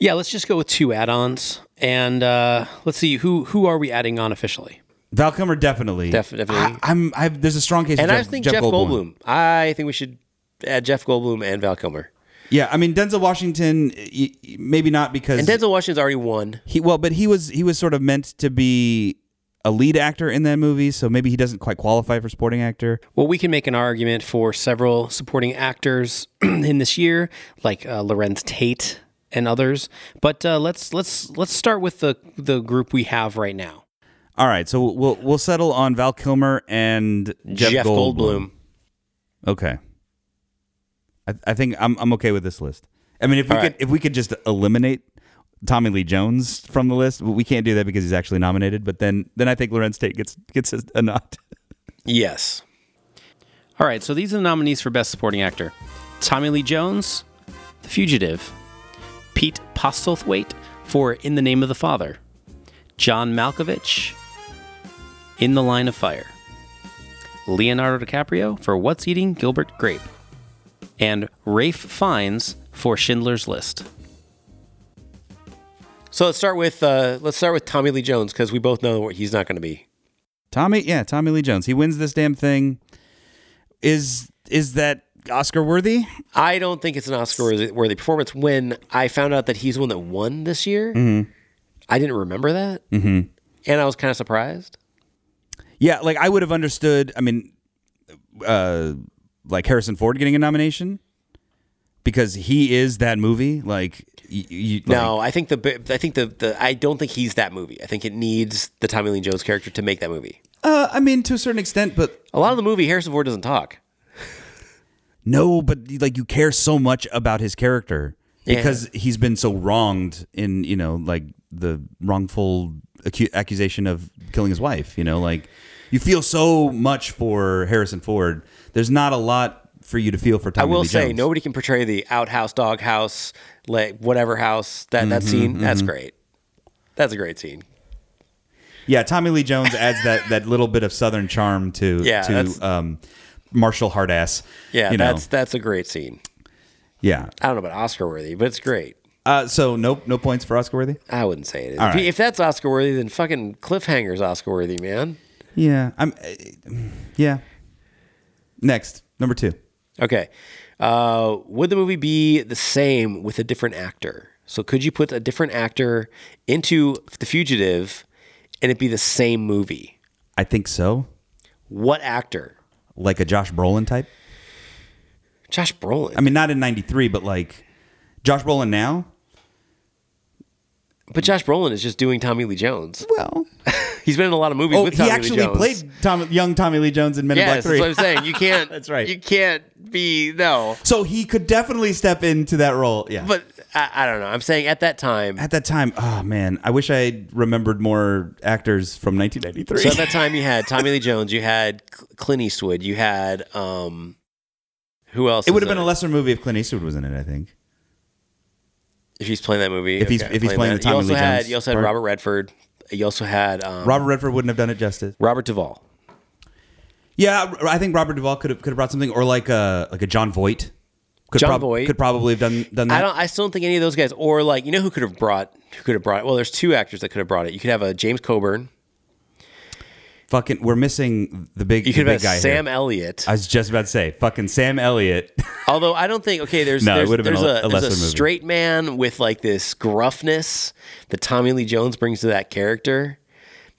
[SPEAKER 4] Yeah, let's just go with two add-ons, and uh, let's see who who are we adding on officially?
[SPEAKER 2] Val Kilmer definitely.
[SPEAKER 3] Def- definitely.
[SPEAKER 2] I, am I've, there's a strong case.
[SPEAKER 3] And
[SPEAKER 2] for
[SPEAKER 3] I think Jeff,
[SPEAKER 2] Jeff,
[SPEAKER 3] Goldblum. I think we should add Jeff Goldblum and Val Kilmer.
[SPEAKER 2] Yeah, I mean Denzel Washington. y- y- Maybe not because
[SPEAKER 3] And Denzel Washington's already won.
[SPEAKER 2] He well, but he was he was sort of meant to be a lead actor in that movie, so maybe he doesn't quite qualify for supporting actor.
[SPEAKER 4] Well, we can make an argument for several supporting actors in this year, like uh, Lorenz Tate and others. But uh, let's let's let's start with the the group we have right now.
[SPEAKER 2] All right, so we'll we'll settle on Val Kilmer and Jeff, Goldblum. Okay, I, I think I'm I'm okay with this list. I mean, if we
[SPEAKER 3] All
[SPEAKER 2] could
[SPEAKER 3] right.
[SPEAKER 2] if we could just eliminate Tommy Lee Jones from the list, we can't do that because he's actually nominated. But then then I think Lorenz Tate gets gets a nod.
[SPEAKER 3] Yes.
[SPEAKER 4] All right, so these are the nominees for Best Supporting Actor: Tommy Lee Jones, The Fugitive; Pete Postlethwaite for In the Name of the Father; John Malkovich, In the Line of Fire; Leonardo DiCaprio for What's Eating Gilbert Grape; and Rafe Fiennes for Schindler's List.
[SPEAKER 3] So let's start with uh, let's start with Tommy Lee Jones because we both know what he's not going to be.
[SPEAKER 2] Tommy, yeah, Tommy Lee Jones. He wins this damn thing. Is is that Oscar worthy?
[SPEAKER 3] I don't think it's an Oscar worthy performance. When I found out that he's the one that won this year,
[SPEAKER 2] Mm-hmm.
[SPEAKER 3] I didn't remember that, mm-hmm. and I was kind of surprised.
[SPEAKER 2] Yeah, like I would have understood. I mean, uh, like Harrison Ford getting a nomination because he is that movie. Like, y- y- like-
[SPEAKER 3] No, I think the bi- I think the, the I don't think he's that movie. I think it needs the Tommy Lee Jones character to make that movie.
[SPEAKER 2] uh, I mean to a certain extent, but
[SPEAKER 3] A lot of the movie, Harrison Ford doesn't talk.
[SPEAKER 2] no, but like you care so much about his character
[SPEAKER 3] Yeah.
[SPEAKER 2] because he's been so wronged in you know like the wrongful acu- accusation of killing his wife. You know, like you feel so much for Harrison Ford. There's not a lot for you to feel for
[SPEAKER 3] I
[SPEAKER 2] Tommy.
[SPEAKER 3] will
[SPEAKER 2] Lee
[SPEAKER 3] say
[SPEAKER 2] Jones.
[SPEAKER 3] nobody can portray the outhouse, doghouse, like whatever house that that
[SPEAKER 2] Mm-hmm,
[SPEAKER 3] scene. That's great. That's a great scene.
[SPEAKER 2] Yeah, Tommy Lee Jones adds that that little bit of southern charm to
[SPEAKER 3] Yeah, that's-
[SPEAKER 2] to um, Marshall Hardass.
[SPEAKER 3] Yeah,
[SPEAKER 2] you know.
[SPEAKER 3] that's that's a great scene.
[SPEAKER 2] yeah.
[SPEAKER 3] I don't know about Oscar worthy, but it's great.
[SPEAKER 2] Uh, so no no points for Oscar worthy.
[SPEAKER 3] I wouldn't say it is.
[SPEAKER 2] All
[SPEAKER 3] If,
[SPEAKER 2] right.
[SPEAKER 3] if that's Oscar worthy, then fucking Cliffhanger's Oscar worthy, man.
[SPEAKER 2] Yeah, I'm. Uh, yeah. Next number two.
[SPEAKER 3] Okay. Uh, would the movie be the same with a different actor? So could you put a different actor into The Fugitive and it be the same movie?
[SPEAKER 2] I think so.
[SPEAKER 3] What actor?
[SPEAKER 2] Like a Josh Brolin type.
[SPEAKER 3] Josh Brolin.
[SPEAKER 2] I mean, not in '93, but like Josh Brolin now.
[SPEAKER 3] but Josh Brolin is just doing Tommy Lee Jones.
[SPEAKER 2] Well,
[SPEAKER 3] He's been in a lot of movies
[SPEAKER 2] oh,
[SPEAKER 3] with
[SPEAKER 2] he
[SPEAKER 3] Tommy
[SPEAKER 2] actually
[SPEAKER 3] Lee Jones.
[SPEAKER 2] played Tom, young Tommy Lee Jones in Men
[SPEAKER 3] Yes,
[SPEAKER 2] in
[SPEAKER 3] that's what
[SPEAKER 2] Black
[SPEAKER 3] I'm
[SPEAKER 2] Three.
[SPEAKER 3] saying. You can't.
[SPEAKER 2] That's right.
[SPEAKER 3] You can't be no.
[SPEAKER 2] So he could definitely step into that role. Yeah,
[SPEAKER 3] But I, I don't know. I'm saying at that time.
[SPEAKER 2] at that time, oh man, I wish I remembered more actors from
[SPEAKER 3] So
[SPEAKER 2] 1993.
[SPEAKER 3] at that time, you had Tommy Lee Jones. You had Cl- Clint Eastwood. You had um, who else?
[SPEAKER 2] it
[SPEAKER 3] is
[SPEAKER 2] would have been
[SPEAKER 3] in
[SPEAKER 2] a lesser movie if Clint Eastwood was in it. I think.
[SPEAKER 3] if he's playing that movie.
[SPEAKER 2] If he's- if he's playing
[SPEAKER 3] that.
[SPEAKER 2] the Tommy
[SPEAKER 3] you also
[SPEAKER 2] Lee
[SPEAKER 3] had,
[SPEAKER 2] Jones
[SPEAKER 3] You also had
[SPEAKER 2] part.
[SPEAKER 3] Robert Redford. You also had um,
[SPEAKER 2] Robert Redford wouldn't have done it justice.
[SPEAKER 3] Robert Duvall.
[SPEAKER 2] Yeah, I think Robert Duvall could have could have brought something, or like a like a John Voight. Could
[SPEAKER 3] John
[SPEAKER 2] prob-
[SPEAKER 3] Voight.
[SPEAKER 2] could probably have done done that.
[SPEAKER 3] I don't. I still don't think any of those guys, or like you know, who could have brought who could have brought. Well, there's two actors that could have brought it. You could have a James Coburn.
[SPEAKER 2] Fucking, we're missing the big,
[SPEAKER 3] You
[SPEAKER 2] the
[SPEAKER 3] could
[SPEAKER 2] big
[SPEAKER 3] have
[SPEAKER 2] guy.
[SPEAKER 3] had Sam
[SPEAKER 2] here.
[SPEAKER 3] Elliott.
[SPEAKER 2] I was just about to say, fucking Sam Elliott.
[SPEAKER 3] Although I don't think okay, there's
[SPEAKER 2] No, it
[SPEAKER 3] there's,
[SPEAKER 2] would have been
[SPEAKER 3] there's
[SPEAKER 2] a-
[SPEAKER 3] a,
[SPEAKER 2] a
[SPEAKER 3] there's a
[SPEAKER 2] lesser movie.
[SPEAKER 3] straight man with like this gruffness that Tommy Lee Jones brings to that character.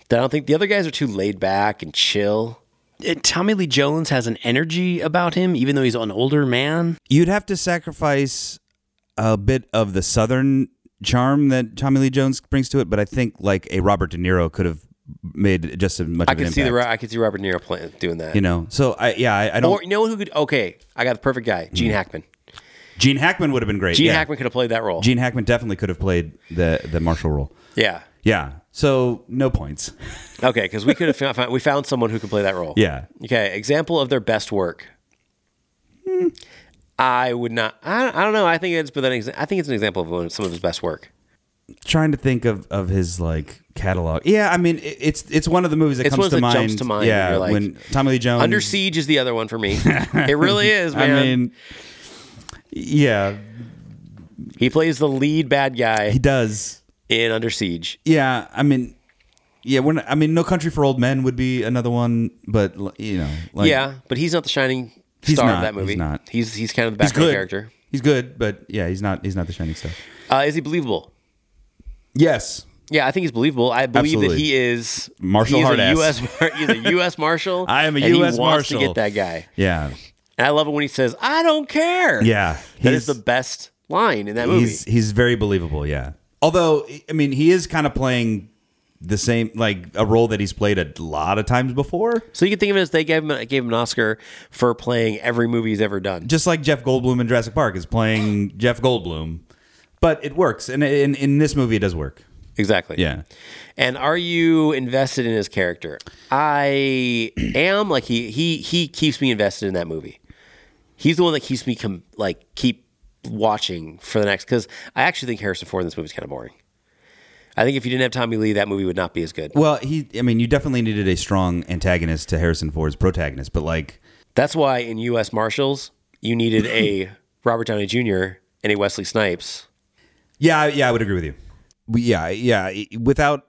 [SPEAKER 3] That I don't think the other guys are too laid back and chill.
[SPEAKER 4] Uh, Tommy Lee Jones has an energy about him, even though he's an older man.
[SPEAKER 2] You'd have to sacrifice a bit of the southern charm that Tommy Lee Jones brings to it, but I think like a Robert De Niro could have made just as much.
[SPEAKER 3] I
[SPEAKER 2] of an
[SPEAKER 3] could see the
[SPEAKER 2] impact,
[SPEAKER 3] Ro- I could see Robert De Niro playing, doing that.
[SPEAKER 2] you know. So I yeah, I, I don't.
[SPEAKER 3] or you know who could? Okay, I got the perfect guy, Gene Hackman.
[SPEAKER 2] Gene Hackman would have been great.
[SPEAKER 3] Gene
[SPEAKER 2] Mm. yeah.
[SPEAKER 3] Hackman could have played that role.
[SPEAKER 2] Gene Hackman definitely could have played the the Marshall role.
[SPEAKER 3] yeah.
[SPEAKER 2] Yeah. So no points.
[SPEAKER 3] Okay, because we could have found, found- we found someone who can play that role.
[SPEAKER 2] Yeah.
[SPEAKER 3] Okay, example of their best work.
[SPEAKER 2] Hmm.
[SPEAKER 3] I would not. I don't, I don't know. I think it's but then exa- I think it's an example of one- some of his best work.
[SPEAKER 2] trying to think of of his like catalog. Yeah, I mean it, it's it's one of the movies that
[SPEAKER 3] It's
[SPEAKER 2] comes
[SPEAKER 3] one
[SPEAKER 2] to
[SPEAKER 3] that
[SPEAKER 2] mind.
[SPEAKER 3] jumps to mind when
[SPEAKER 2] Yeah,
[SPEAKER 3] you're like,
[SPEAKER 2] when Tommy Lee Jones
[SPEAKER 3] Under Siege is the other one for me. it really is,
[SPEAKER 2] Mm. I
[SPEAKER 3] man.
[SPEAKER 2] mean, yeah,
[SPEAKER 3] he plays the lead bad guy
[SPEAKER 2] he does.
[SPEAKER 3] in Under Siege.
[SPEAKER 2] Yeah, I mean, yeah, we're not, I mean, No Country for Old Men would be another one, but l- you know, like,
[SPEAKER 3] yeah, but he's not the shining
[SPEAKER 2] He's
[SPEAKER 3] star
[SPEAKER 2] not,
[SPEAKER 3] of that movie.
[SPEAKER 2] he's not.
[SPEAKER 3] He's he's kind of the
[SPEAKER 2] he's
[SPEAKER 3] background
[SPEAKER 2] good
[SPEAKER 3] character.
[SPEAKER 2] He's good, but yeah, he's not he's not the shining star.
[SPEAKER 3] Uh, is he believable?
[SPEAKER 2] Yes,
[SPEAKER 3] Yeah, I think he's believable. I believe that
[SPEAKER 2] Absolutely.
[SPEAKER 3] he is
[SPEAKER 2] Marshal
[SPEAKER 3] He's a
[SPEAKER 2] hard-ass.
[SPEAKER 3] U.S. mar- he's a U.S. marshal.
[SPEAKER 2] I am a
[SPEAKER 3] and he
[SPEAKER 2] US
[SPEAKER 3] wants to
[SPEAKER 2] Marshal.
[SPEAKER 3] get that guy.
[SPEAKER 2] yeah,
[SPEAKER 3] And I love it when he says, "I don't care."
[SPEAKER 2] yeah.
[SPEAKER 3] that is
[SPEAKER 2] he's-
[SPEAKER 3] the best line in that movie.
[SPEAKER 2] He's he's very believable, yeah. Although I mean, he is kind of playing the same like a role that he's played a lot of times before.
[SPEAKER 3] so you can think of it as they gave him gave him an Oscar for playing every movie he's ever done.
[SPEAKER 2] Just like Jeff Goldblum in Jurassic Park is playing Jeff Goldblum, but it works, and in in this movie it does work.
[SPEAKER 3] Exactly.
[SPEAKER 2] Yeah,
[SPEAKER 3] And are you invested in his character? I am. Like he he he keeps me invested in that movie. He's the one that keeps me com- like keep watching for the next because I actually think Harrison Ford in this movie is kind of boring. I think if you didn't have Tommy Lee, that movie would not be as good.
[SPEAKER 2] well, he. I mean, you definitely needed a strong antagonist to Harrison Ford's protagonist, but like,
[SPEAKER 3] That's why in U.S. Marshals, you needed a Robert Downey Jr. and a Wesley Snipes.
[SPEAKER 2] yeah, yeah, I would agree with you. But yeah, yeah, without.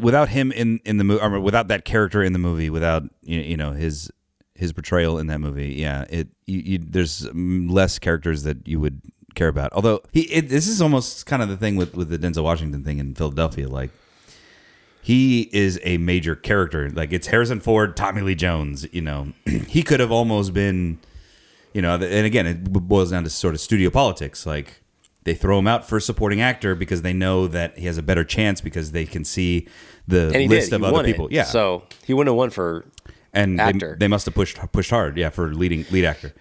[SPEAKER 2] Without him in in the movie, or without that character in the movie, without you you know his his portrayal in that movie. Yeah, it you, you, there's mm, less characters that you would care about. Although he, it, this is almost kind of the thing with with the Denzel Washington thing in Philadelphia. Like he is a major character. Like it's Harrison Ford, Tommy Lee Jones. You know, he could have almost been, you know. th- And again, it b- boils down to sort of studio politics. Like they throw him out for supporting actor because they know that he has a better chance because they can see the
[SPEAKER 3] And he
[SPEAKER 2] list
[SPEAKER 3] did.
[SPEAKER 2] of
[SPEAKER 3] he
[SPEAKER 2] other
[SPEAKER 3] won it.
[SPEAKER 2] people. Yeah,
[SPEAKER 3] So he wouldn't have won for.
[SPEAKER 2] and they,
[SPEAKER 3] Actor.
[SPEAKER 2] they must have pushed pushed hard, yeah, for leading lead actor.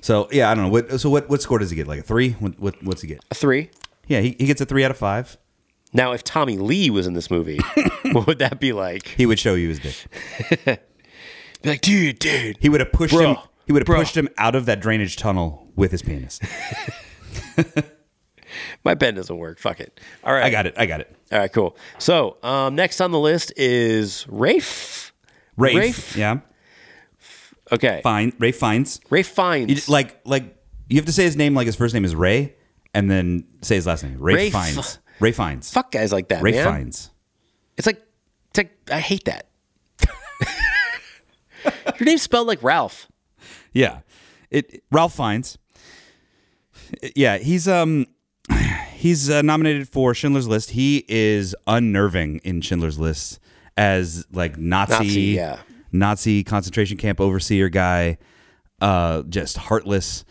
[SPEAKER 2] So yeah, I don't know. What, so what what score does he get? Like a three? What, what what's he get?
[SPEAKER 3] a Three.
[SPEAKER 2] Yeah, he, he gets a three out of five.
[SPEAKER 3] Now, if Tommy Lee was in this movie, what would that be like?
[SPEAKER 2] He would show you his dick.
[SPEAKER 3] Be like, dude, dude.
[SPEAKER 2] He would have pushed
[SPEAKER 3] Bruh.
[SPEAKER 2] him. He would have
[SPEAKER 3] Bruh.
[SPEAKER 2] pushed him out of that drainage tunnel with his penis.
[SPEAKER 3] My pen doesn't work. Fuck it. All right.
[SPEAKER 2] I got it. I got it.
[SPEAKER 3] All right, cool. So, um, next on the list is Rafe.
[SPEAKER 2] Rafe,
[SPEAKER 3] Rafe?
[SPEAKER 2] yeah,
[SPEAKER 3] Okay.
[SPEAKER 2] fine. Rafe finds
[SPEAKER 3] Rafe Fiennes.
[SPEAKER 2] like like you have to say his name like his first name is Ray, and then say his last name. Rafe,
[SPEAKER 3] Rafe.
[SPEAKER 2] finds. Ray finds.
[SPEAKER 3] Fuck guys like that,
[SPEAKER 2] Rafe
[SPEAKER 3] man.
[SPEAKER 2] finds.
[SPEAKER 3] It's like, it's like, I hate that. Your name's spelled like Ralph.
[SPEAKER 2] Yeah. It Ralph Fiennes. Yeah, he's um he's uh, nominated for Schindler's List. He is unnerving in Schindler's List as like Nazi
[SPEAKER 3] Nazi, yeah.
[SPEAKER 2] Nazi concentration camp overseer guy. uh, just heartless,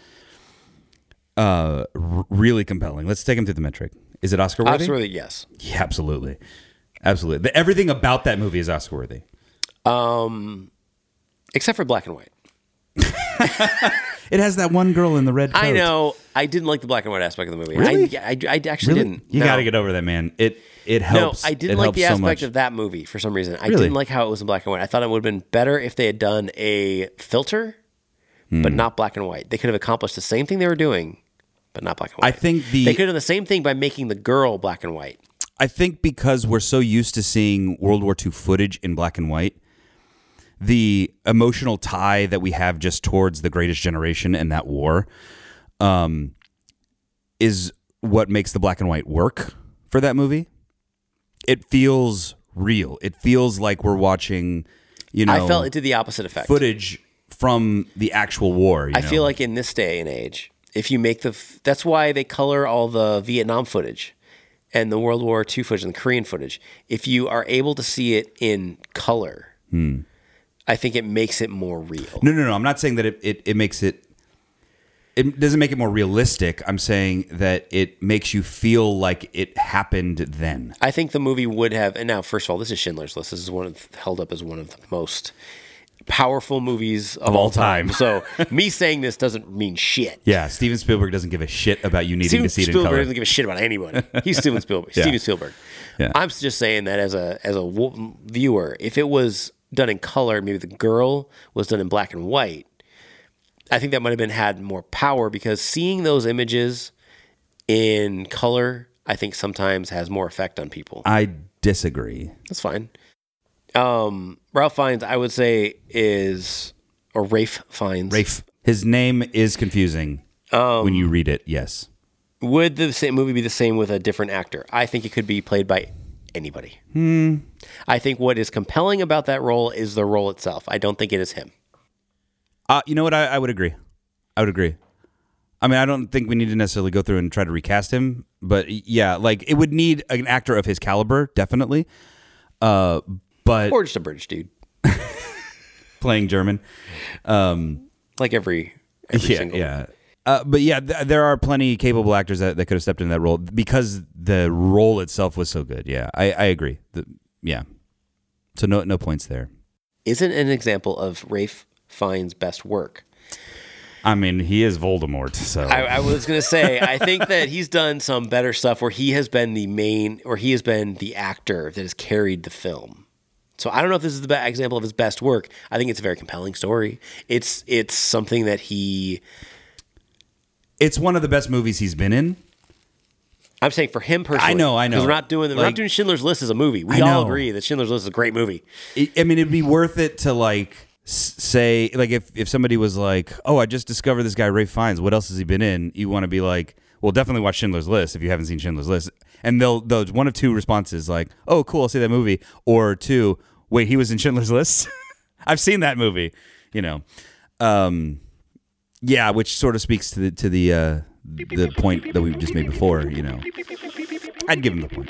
[SPEAKER 2] uh, r- really compelling. Let's take him through the metric. Is it Oscar worthy?
[SPEAKER 3] Absolutely, yes.
[SPEAKER 2] Yeah, absolutely, absolutely. The- everything about that movie is Oscar worthy.
[SPEAKER 3] Except for black and white.
[SPEAKER 2] It has that one girl in the red. Coat.
[SPEAKER 3] I know. I didn't like the black and white aspect of the movie.
[SPEAKER 2] Really?
[SPEAKER 3] I, yeah, I, I actually
[SPEAKER 2] Really?
[SPEAKER 3] didn't.
[SPEAKER 2] You
[SPEAKER 3] No.
[SPEAKER 2] got to get over that, man. It it helps.
[SPEAKER 3] No, I didn't
[SPEAKER 2] It
[SPEAKER 3] like
[SPEAKER 2] helps
[SPEAKER 3] the
[SPEAKER 2] so
[SPEAKER 3] aspect
[SPEAKER 2] much.
[SPEAKER 3] of that movie for some reason. I
[SPEAKER 2] Really?
[SPEAKER 3] didn't like how it was in black and white. I thought it would have been better if they had done a filter,
[SPEAKER 2] Hmm.
[SPEAKER 3] but not black and white. They could have accomplished the same thing they were doing, but not black and
[SPEAKER 2] I
[SPEAKER 3] white.
[SPEAKER 2] think the
[SPEAKER 3] they could have done the same thing by making the girl black and white.
[SPEAKER 2] I think because we're so used to seeing World War II footage in black and white, the emotional tie that we have just towards the greatest generation and that war um, is what makes the black and white work for that movie. It feels real. It feels like we're watching, you know,
[SPEAKER 3] I felt it did the opposite effect.
[SPEAKER 2] footage from the actual war. you
[SPEAKER 3] I
[SPEAKER 2] know?
[SPEAKER 3] feel like in this day and age, if you make the, f- that's why they color all the Vietnam footage and the World War II footage and the Korean footage. If you are able to see it in color,
[SPEAKER 2] Hmm.
[SPEAKER 3] I think it makes it more real.
[SPEAKER 2] No, no, no. I'm not saying that it, it, it makes it. It doesn't make it more realistic. I'm saying that it makes you feel like it happened then.
[SPEAKER 3] I think the movie would have. And now, first of all, this is Schindler's List. This is one of, held up as one of the most powerful movies of,
[SPEAKER 2] all
[SPEAKER 3] all time.
[SPEAKER 2] time.
[SPEAKER 3] so me saying this doesn't mean shit.
[SPEAKER 2] Yeah, Steven Spielberg doesn't give a shit about you needing
[SPEAKER 3] Steven
[SPEAKER 2] to see it in
[SPEAKER 3] Spielberg
[SPEAKER 2] color.
[SPEAKER 3] doesn't give a shit about anyone. He's Steven Spielberg.
[SPEAKER 2] Yeah.
[SPEAKER 3] Steven Spielberg.
[SPEAKER 2] Yeah.
[SPEAKER 3] I'm just saying that as a as a w- viewer, if it was done in color, maybe the girl was done in black and white. I think that might have been had more power because seeing those images in color, I think sometimes has more effect on people.
[SPEAKER 2] I disagree.
[SPEAKER 3] That's fine. Um, Ralph Fiennes, I would say, is or Rafe Um, Fiennes.
[SPEAKER 2] Rafe, his name is confusing when you read it. Yes,
[SPEAKER 3] Would the same movie be the same with a different actor? I think it could be played by anybody. Hmm. I think what is compelling about that role is the role itself. I don't think it is him.
[SPEAKER 2] uh, you know what? I, I would agree. I would agree. I mean, I don't think we need to necessarily go through and try to recast him, but yeah, like it would need an actor of his caliber, definitely. Uh, but
[SPEAKER 3] Or just a British dude.
[SPEAKER 2] playing German.
[SPEAKER 3] Like every, every
[SPEAKER 2] yeah,
[SPEAKER 3] single
[SPEAKER 2] yeah. Uh, but yeah, th- there are plenty capable actors that, that could have stepped into that role because the role itself was so good. Yeah, I, I agree. The, yeah, so no no points there.
[SPEAKER 3] Isn't an example of Rafe Fiennes' best work.
[SPEAKER 2] I mean, he is Voldemort, so
[SPEAKER 3] I, I was gonna say, I think that he's done some better stuff where he has been the main, or he has been the actor that has carried the film. So I don't know if this is the best example of his best work. I think it's a very compelling story. It's it's something that he.
[SPEAKER 2] it's one of the best movies he's been in.
[SPEAKER 3] I'm saying for him personally.
[SPEAKER 2] I know, I know.
[SPEAKER 3] 'cause We're not doing we're
[SPEAKER 2] Like-
[SPEAKER 3] not doing Schindler's List as a movie.
[SPEAKER 2] I
[SPEAKER 3] We all
[SPEAKER 2] know.
[SPEAKER 3] agree that Schindler's List is a great movie.
[SPEAKER 2] I I mean, it'd be worth it to like s- say like if if somebody was like, "Oh, I just discovered this guy Ray Fiennes. What else has he been in?" You want to be like, "Well, definitely watch Schindler's List if you haven't seen Schindler's List." And they'll they'll one of two responses like, "Oh, cool, I'll see that movie," or two, "Wait, he was in Schindler's List. I've seen that movie." You know, um, yeah, which sort of speaks to the to the uh, the point that we just made before. You know, I'd give him the point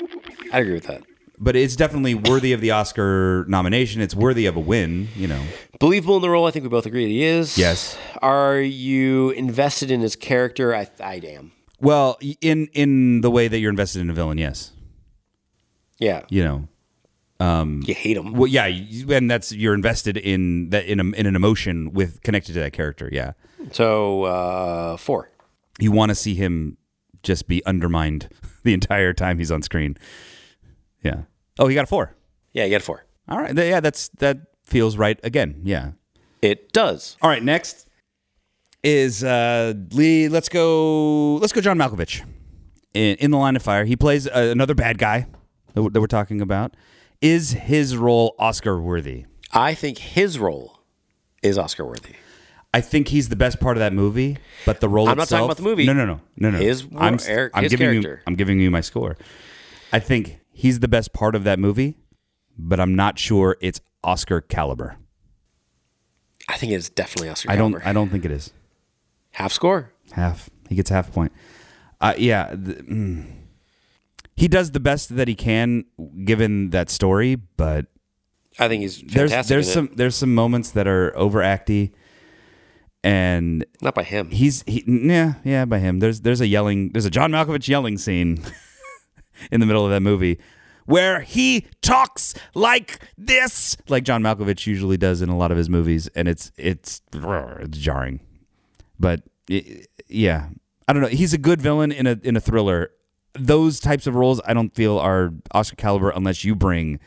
[SPEAKER 3] I agree with that.
[SPEAKER 2] but it's definitely worthy of the Oscar nomination. It's worthy of a win, you know.
[SPEAKER 3] Believable in the role, I think we both agree he is.
[SPEAKER 2] Yes.
[SPEAKER 3] Are you invested in his character? I I am.
[SPEAKER 2] Well, y- in in the way that you're invested in a villain, yes,
[SPEAKER 3] Yeah.
[SPEAKER 2] you know.
[SPEAKER 3] You hate him.
[SPEAKER 2] Well, yeah, you- and that's you're invested in that in a, in an emotion with connected to that character. Yeah,
[SPEAKER 3] So uh, four.
[SPEAKER 2] you want to see him just be undermined the entire time he's on screen. Yeah. Oh, he got a four.
[SPEAKER 3] Yeah, you got a four.
[SPEAKER 2] All right. Th- Yeah, that's that feels right again. Yeah.
[SPEAKER 3] It does.
[SPEAKER 2] All right. Next is uh, Lee. Let's go. Let's go. John Malkovich in, in the line of fire. He plays uh, another bad guy that, we're- that we're talking about. Is his role Oscar worthy?
[SPEAKER 3] I think his role is Oscar worthy.
[SPEAKER 2] I think he's the best part of that movie, but the role
[SPEAKER 3] I'm not
[SPEAKER 2] itself-
[SPEAKER 3] talking about the movie.
[SPEAKER 2] No, no, no, no, no.
[SPEAKER 3] His ro-
[SPEAKER 2] I'm, s-
[SPEAKER 3] Eric-
[SPEAKER 2] I'm
[SPEAKER 3] his
[SPEAKER 2] giving you.
[SPEAKER 3] character.
[SPEAKER 2] I'm giving you my score. I think he's the best part of that movie, but I'm not sure it's Oscar caliber.
[SPEAKER 3] I think it is definitely Oscar.
[SPEAKER 2] I don't.
[SPEAKER 3] caliber.
[SPEAKER 2] I don't think it is.
[SPEAKER 3] half score.
[SPEAKER 2] Half. He gets half point. Uh, yeah. th- mm. He does the best that he can given that story, but
[SPEAKER 3] I think he's fantastic.
[SPEAKER 2] there's there's
[SPEAKER 3] in it.
[SPEAKER 2] some there's some moments that are overacty, and
[SPEAKER 3] Not by him.
[SPEAKER 2] he's he, yeah yeah by him. There's there's a yelling there's a John Malkovich yelling scene in the middle of that movie where he talks like this, like John Malkovich usually does in a lot of his movies, and it's it's it's jarring. But y- yeah, I don't know. He's a good villain in a in a thriller. Those types of roles I don't feel are Oscar caliber unless you bring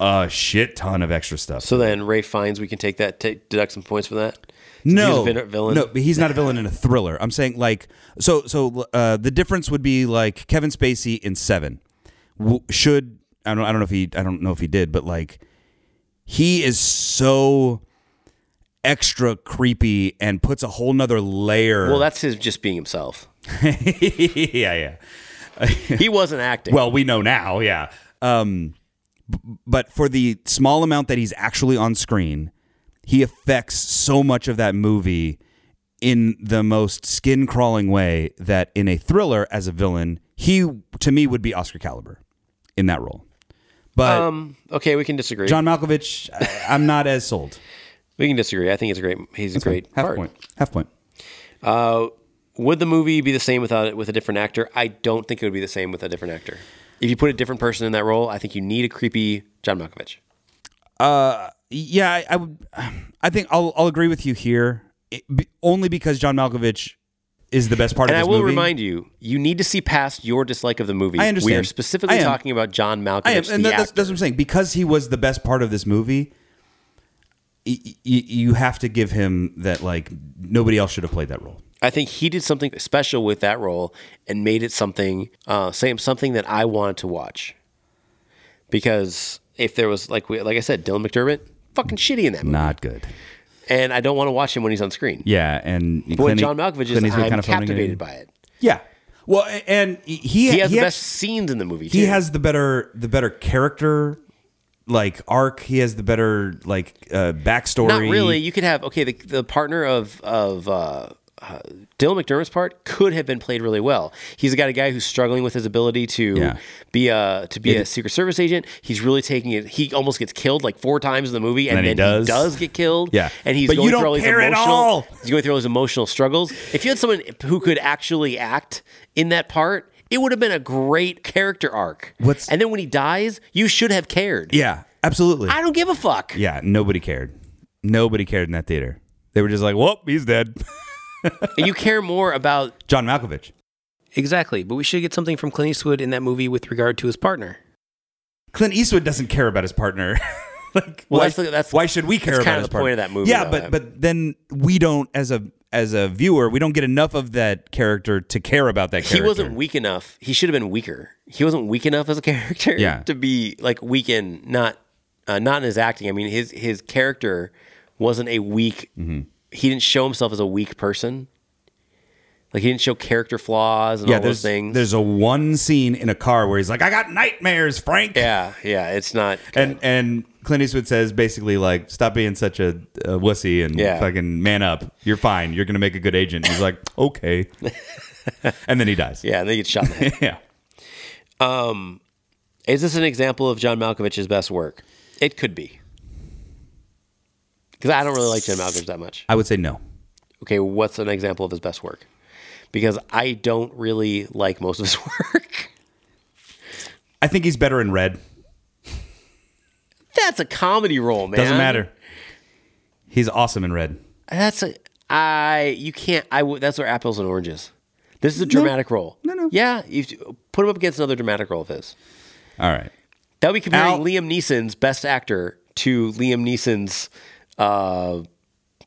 [SPEAKER 2] a shit ton of extra stuff.
[SPEAKER 3] So then Ray finds we can take that, take, deduct some points for that. Since
[SPEAKER 2] No,
[SPEAKER 3] he's a vin- villain.
[SPEAKER 2] no, but he's not a villain in a thriller. I'm saying like so. So uh, the difference would be like Kevin Spacey in Seven w- should I don't I don't know if he I don't know if he did, but like he is so extra creepy and puts a whole nother layer.
[SPEAKER 3] Well, that's his just being himself.
[SPEAKER 2] yeah, yeah.
[SPEAKER 3] He wasn't acting.
[SPEAKER 2] Well, we know now, yeah. Um, b- but for the small amount that he's actually on screen, he affects so much of that movie in the most skin crawling way that in a thriller as a villain, he to me would be Oscar caliber in that role. But
[SPEAKER 3] um, okay, we can disagree.
[SPEAKER 2] John Malkovich, I, I'm not as sold.
[SPEAKER 3] we can disagree. I think he's a great. He's a great
[SPEAKER 2] Half
[SPEAKER 3] part.
[SPEAKER 2] point. Half point.
[SPEAKER 3] Would the movie be the same without it with a different actor? I don't think it would be the same with a different actor. If you put a different person in that role, I think you need a creepy John Malkovich.
[SPEAKER 2] Yeah, I, I would. I think I'll I'll agree with you here, it, be, only because John Malkovich is the best part
[SPEAKER 3] And
[SPEAKER 2] of
[SPEAKER 3] I
[SPEAKER 2] this
[SPEAKER 3] will
[SPEAKER 2] movie.
[SPEAKER 3] remind you, you need to see past your dislike of the movie.
[SPEAKER 2] I understand.
[SPEAKER 3] We are specifically
[SPEAKER 2] I am.
[SPEAKER 3] talking about John Malkovich.
[SPEAKER 2] I am, and
[SPEAKER 3] the
[SPEAKER 2] that, that's,
[SPEAKER 3] actor.
[SPEAKER 2] that's what I'm saying. Because he was the best part of this movie, y- y- you have to give him that. Like nobody else should have played that role.
[SPEAKER 3] I think he did something special with that role and made it something, uh, same something that I wanted to watch. Because if there was like we, like I said, Dylan McDermott, fucking shitty in that movie,
[SPEAKER 2] Not good.
[SPEAKER 3] and I don't want to watch him when he's on screen.
[SPEAKER 2] Yeah, E- and
[SPEAKER 3] But with John Malkovich, is, I'm captivated by it.
[SPEAKER 2] Yeah, well, a- and he he,
[SPEAKER 3] He has the
[SPEAKER 2] act-
[SPEAKER 3] best scenes in the movie.
[SPEAKER 2] he
[SPEAKER 3] too.
[SPEAKER 2] has the better the better character like arc. He has the better like uh, backstory.
[SPEAKER 3] not really. You could have okay. The, the partner of of uh, uh, Dylan McDermott's part could have been played really well. He's got a guy who's struggling with his ability to
[SPEAKER 2] Yeah.
[SPEAKER 3] be a to be a Secret Service agent. He's really taking it. He almost gets killed like four times in the movie, and,
[SPEAKER 2] then he
[SPEAKER 3] then
[SPEAKER 2] does.
[SPEAKER 3] he does get killed.
[SPEAKER 2] Yeah.
[SPEAKER 3] and he's
[SPEAKER 2] But you
[SPEAKER 3] going
[SPEAKER 2] don't
[SPEAKER 3] through all these
[SPEAKER 2] care at
[SPEAKER 3] emotional.
[SPEAKER 2] all.
[SPEAKER 3] He's going through all these emotional struggles. If you had someone who could actually act in that part. It would have been a great character arc.
[SPEAKER 2] What's-
[SPEAKER 3] and then when he dies, you should have cared.
[SPEAKER 2] Yeah, absolutely.
[SPEAKER 3] I don't give a fuck.
[SPEAKER 2] yeah, nobody cared. Nobody cared in that theater. They were just like, "Whoop, he's dead."
[SPEAKER 3] And you care more about
[SPEAKER 2] John Malkovich.
[SPEAKER 4] Exactly, but we should get something from Clint Eastwood in that movie with regard to his partner.
[SPEAKER 2] Clint Eastwood doesn't care about his partner. like,
[SPEAKER 3] Well,
[SPEAKER 2] why,
[SPEAKER 3] that's the- that's-
[SPEAKER 2] why should we care
[SPEAKER 3] that's
[SPEAKER 2] about
[SPEAKER 3] kind of
[SPEAKER 2] his
[SPEAKER 3] the
[SPEAKER 2] partner?
[SPEAKER 3] point of that movie,
[SPEAKER 2] Yeah,
[SPEAKER 3] though,
[SPEAKER 2] but
[SPEAKER 3] Adam.
[SPEAKER 2] but then we don't as a as a viewer, we don't get enough of that character to care about that character.
[SPEAKER 3] He wasn't weak enough. He should have been weaker. He wasn't weak enough as a character
[SPEAKER 2] Yeah.
[SPEAKER 3] to be like weak in not uh, not in his acting. I mean, his his character wasn't a weak.
[SPEAKER 2] Mm-hmm.
[SPEAKER 3] He didn't show himself as a weak person. Like he didn't show character flaws and
[SPEAKER 2] Yeah,
[SPEAKER 3] all
[SPEAKER 2] there's
[SPEAKER 3] those things.
[SPEAKER 2] there's a one scene in a car where he's like, "I got nightmares, Frank."
[SPEAKER 3] yeah, yeah. It's not.
[SPEAKER 2] And and Clint Eastwood says basically like, "Stop being such a, a wussy and
[SPEAKER 3] Yeah.
[SPEAKER 2] fucking man up. You're fine. You're gonna make a good agent." And he's like, "Okay," and then he dies.
[SPEAKER 3] Yeah, and they get shot. In the head.
[SPEAKER 2] yeah.
[SPEAKER 3] Is this an example of John Malkovich's best work? It could be. Because I don't really like John Malkovich that much.
[SPEAKER 2] I would say no.
[SPEAKER 3] okay, what's an example of his best work? Because I don't really like most of his work.
[SPEAKER 2] I think he's better in Red.
[SPEAKER 3] That's a comedy role, man.
[SPEAKER 2] Doesn't matter. He's awesome in red.
[SPEAKER 3] That's a I you can't I would that's where apples and oranges. This is a dramatic role.
[SPEAKER 2] No, no.
[SPEAKER 3] Yeah, you put him up against another dramatic role of his.
[SPEAKER 2] All right.
[SPEAKER 3] That would be comparing
[SPEAKER 2] Al-
[SPEAKER 3] Liam Neeson's best actor to Liam Neeson's uh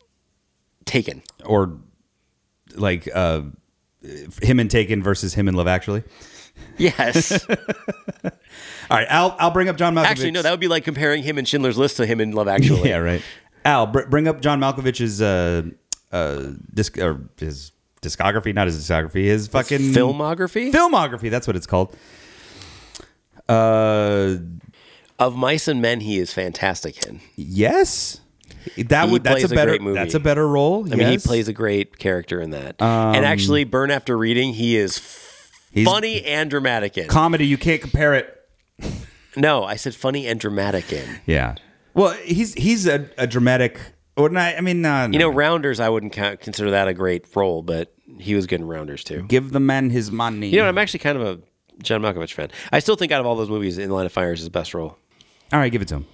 [SPEAKER 3] Taken.
[SPEAKER 2] Or like uh him and Taken versus him and Love Actually.
[SPEAKER 3] Yes.
[SPEAKER 2] All right, Al, I'll bring up John Malkovich.
[SPEAKER 3] Actually, no, that would be like comparing him and Schindler's List to him in Love Actually.
[SPEAKER 2] yeah, right. Al, br- bring up John Malkovich's uh, uh, disc- or his discography, not his discography, his fucking
[SPEAKER 3] Filmography?
[SPEAKER 2] filmography. That's what it's called. Uh,
[SPEAKER 3] of Mice and Men he is fantastic in.
[SPEAKER 2] yes, that
[SPEAKER 3] He
[SPEAKER 2] would that's
[SPEAKER 3] plays
[SPEAKER 2] a
[SPEAKER 3] a
[SPEAKER 2] better
[SPEAKER 3] great movie.
[SPEAKER 2] that's a better role.
[SPEAKER 3] I mean, he plays a great character in that. and actually, Burn After Reading, he is
[SPEAKER 2] Um, He's-
[SPEAKER 3] funny and dramatic in.
[SPEAKER 2] comedy. You can't compare it.
[SPEAKER 3] no, I said funny and dramatic in.
[SPEAKER 2] Yeah. Well, he's he's a, a dramatic Or not, I mean, no, no.
[SPEAKER 3] You know, Rounders, I wouldn't count, consider that a great role, but he was good in Rounders too.
[SPEAKER 2] give the man his money.
[SPEAKER 3] You know, I'm actually kind of a John Malkovich fan. I still think out of all those movies, In the Line of Fire is his best role.
[SPEAKER 2] All right, give it to him.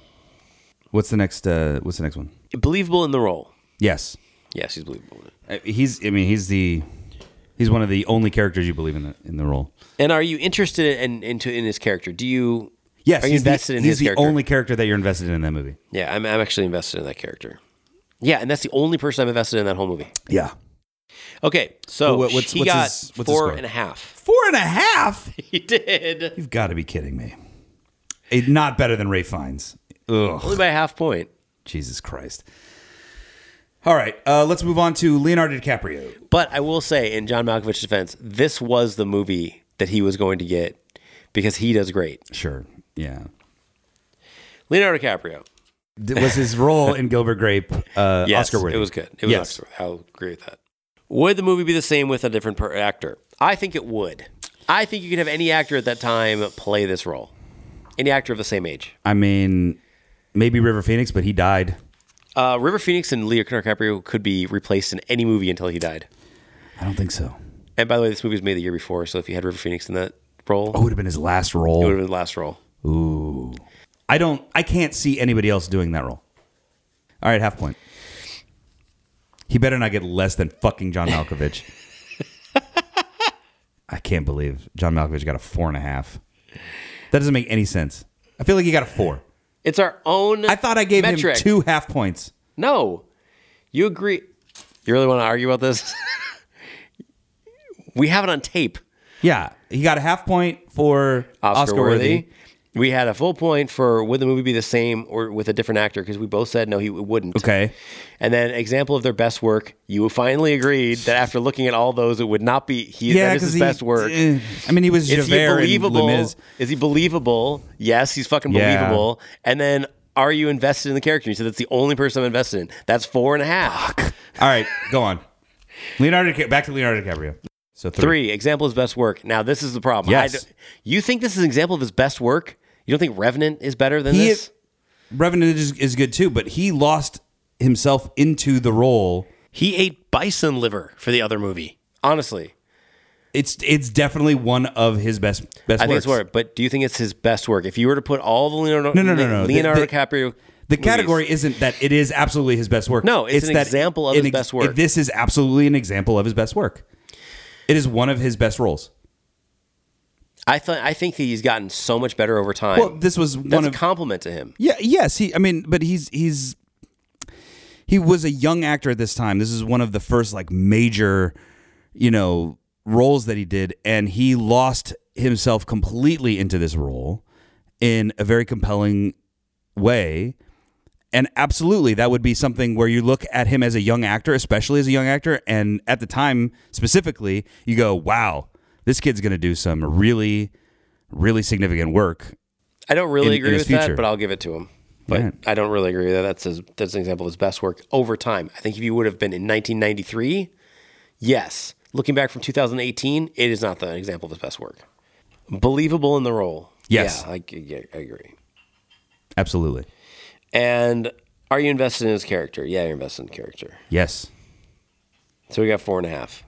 [SPEAKER 2] What's the next? Uh, what's the next one?
[SPEAKER 3] Believable in the role.
[SPEAKER 2] Yes,
[SPEAKER 3] Yes, he's believable. in it.
[SPEAKER 2] Uh, he's. I mean, he's the. He's one of the only characters you believe in the in the role.
[SPEAKER 3] And are you interested in into in his character? Do you?
[SPEAKER 2] Yes,
[SPEAKER 3] Are you
[SPEAKER 2] he's
[SPEAKER 3] invested
[SPEAKER 2] the,
[SPEAKER 3] in
[SPEAKER 2] he's
[SPEAKER 3] his
[SPEAKER 2] the
[SPEAKER 3] character?
[SPEAKER 2] only character that you're invested in in that movie.
[SPEAKER 3] Yeah, I'm, I'm actually invested in that character. Yeah, and that's the only person I'm invested in that whole movie.
[SPEAKER 2] Yeah,
[SPEAKER 3] Okay, so
[SPEAKER 2] Well, what- what's-
[SPEAKER 3] he
[SPEAKER 2] what's
[SPEAKER 3] got
[SPEAKER 2] his- what's his
[SPEAKER 3] four
[SPEAKER 2] score?
[SPEAKER 3] and a half.
[SPEAKER 2] four and a half.
[SPEAKER 3] He did
[SPEAKER 2] You've got to be kidding me. Eh, not better than Ray Fiennes. Ugh,
[SPEAKER 3] only by a half point.
[SPEAKER 2] Jesus Christ. All right, uh, let's move on to Leonardo DiCaprio.
[SPEAKER 3] But I will say, in John Malkovich's defense, this was the movie that he was going to get because he does great.
[SPEAKER 2] Sure. Yeah.
[SPEAKER 3] Leonardo DiCaprio.
[SPEAKER 2] Th- Was his role in Gilbert Grape uh,
[SPEAKER 3] Yes,
[SPEAKER 2] Oscar worthy?
[SPEAKER 3] It was good. It was
[SPEAKER 2] Yes.
[SPEAKER 3] Oscar. I'll agree with that. Would the movie be the same with a different per- actor? I think it would. I think you could have any actor at that time play this role. Any actor of the same age.
[SPEAKER 2] I mean, maybe River Phoenix, but he died.
[SPEAKER 3] Uh, River Phoenix and Leo DiCaprio could be replaced in any movie until he died.
[SPEAKER 2] I don't think so.
[SPEAKER 3] And by the way, this movie was made the year before, so if you had River Phoenix in that role,
[SPEAKER 2] Oh, it would have been his last role.
[SPEAKER 3] it would have been the last role.
[SPEAKER 2] Ooh. I don't I can't see anybody else doing that role. All right, half point. He better not get less than fucking John Malkovich. I can't believe John Malkovich got a four and a half. That doesn't make any sense. I feel like he got a four.
[SPEAKER 3] It's our own.
[SPEAKER 2] I thought I gave
[SPEAKER 3] metric.
[SPEAKER 2] him two half points.
[SPEAKER 3] No, you agree. You really want to argue about this? we have it on tape.
[SPEAKER 2] Yeah, he got a half point for Oscar, worthy.
[SPEAKER 3] We had a full point for would the movie be the same or with a different actor because we both said no, he it wouldn't.
[SPEAKER 2] Okay.
[SPEAKER 3] And then example of their best work. You finally agreed that after looking at all those, it would not be he. that is his
[SPEAKER 2] he-
[SPEAKER 3] best work.
[SPEAKER 2] eh, I mean, he was
[SPEAKER 3] Is he
[SPEAKER 2] Javert
[SPEAKER 3] believable?
[SPEAKER 2] and Lemiz.
[SPEAKER 3] Is he believable? Yes, he's fucking
[SPEAKER 2] Yeah.
[SPEAKER 3] believable. And then are you invested in the character? You said that's the only person I'm invested in. That's four and a half.
[SPEAKER 2] All right, go on. Leonardo, DiCa- back to Leonardo DiCaprio. So three.
[SPEAKER 3] Three, example of his best work. Now, this is the problem.
[SPEAKER 2] Yes.
[SPEAKER 3] don't- you think this is an example of his best work? You don't think Revenant is better than
[SPEAKER 2] He-
[SPEAKER 3] this?
[SPEAKER 2] Revenant is, is good too, but he lost himself into the role.
[SPEAKER 4] He ate bison liver for the other movie.
[SPEAKER 3] Honestly,
[SPEAKER 2] It's it's definitely one of his best best.
[SPEAKER 3] I think
[SPEAKER 2] works.
[SPEAKER 3] it's work. But do you think it's his best work? If you were to put all the Leonardo,
[SPEAKER 2] No, no, no, no. The-
[SPEAKER 3] Leonardo
[SPEAKER 2] the-
[SPEAKER 3] DiCaprio,
[SPEAKER 2] The
[SPEAKER 3] movies-
[SPEAKER 2] category isn't that it is absolutely his best work.
[SPEAKER 3] No, it's an example of
[SPEAKER 2] an
[SPEAKER 3] his best work.
[SPEAKER 2] This is absolutely an example of his best work. It is one of his best roles.
[SPEAKER 3] I thought I think that he's gotten so much better over time.
[SPEAKER 2] Well, this was
[SPEAKER 3] that's
[SPEAKER 2] one
[SPEAKER 3] a
[SPEAKER 2] of
[SPEAKER 3] compliment to him.
[SPEAKER 2] Yeah, yes, he I mean, but he's he's he was a young actor at this time. This is one of the first like major, you know, roles that he did and he lost himself completely into this role in a very compelling way. And absolutely, that would be something where you look at him as a young actor, especially as a young actor, and at the time specifically, you go, "Wow, this kid's going to do some really, really significant work."
[SPEAKER 3] I don't really
[SPEAKER 2] in-
[SPEAKER 3] agree
[SPEAKER 2] in his
[SPEAKER 3] with
[SPEAKER 2] future.
[SPEAKER 3] that, but I'll give it to him. But
[SPEAKER 2] Right.
[SPEAKER 3] I don't really agree with that. That's his, that's an example of his best work over time. I think if you would have been in 1993, yes. Looking back from 2018, it is not the example of his best work. Believable in the role.
[SPEAKER 2] Yes.
[SPEAKER 3] Yeah, I, yeah, I agree.
[SPEAKER 2] Absolutely,
[SPEAKER 3] And are you invested in his character? Yeah, you're invested in character.
[SPEAKER 2] yes.
[SPEAKER 3] So we got four and a half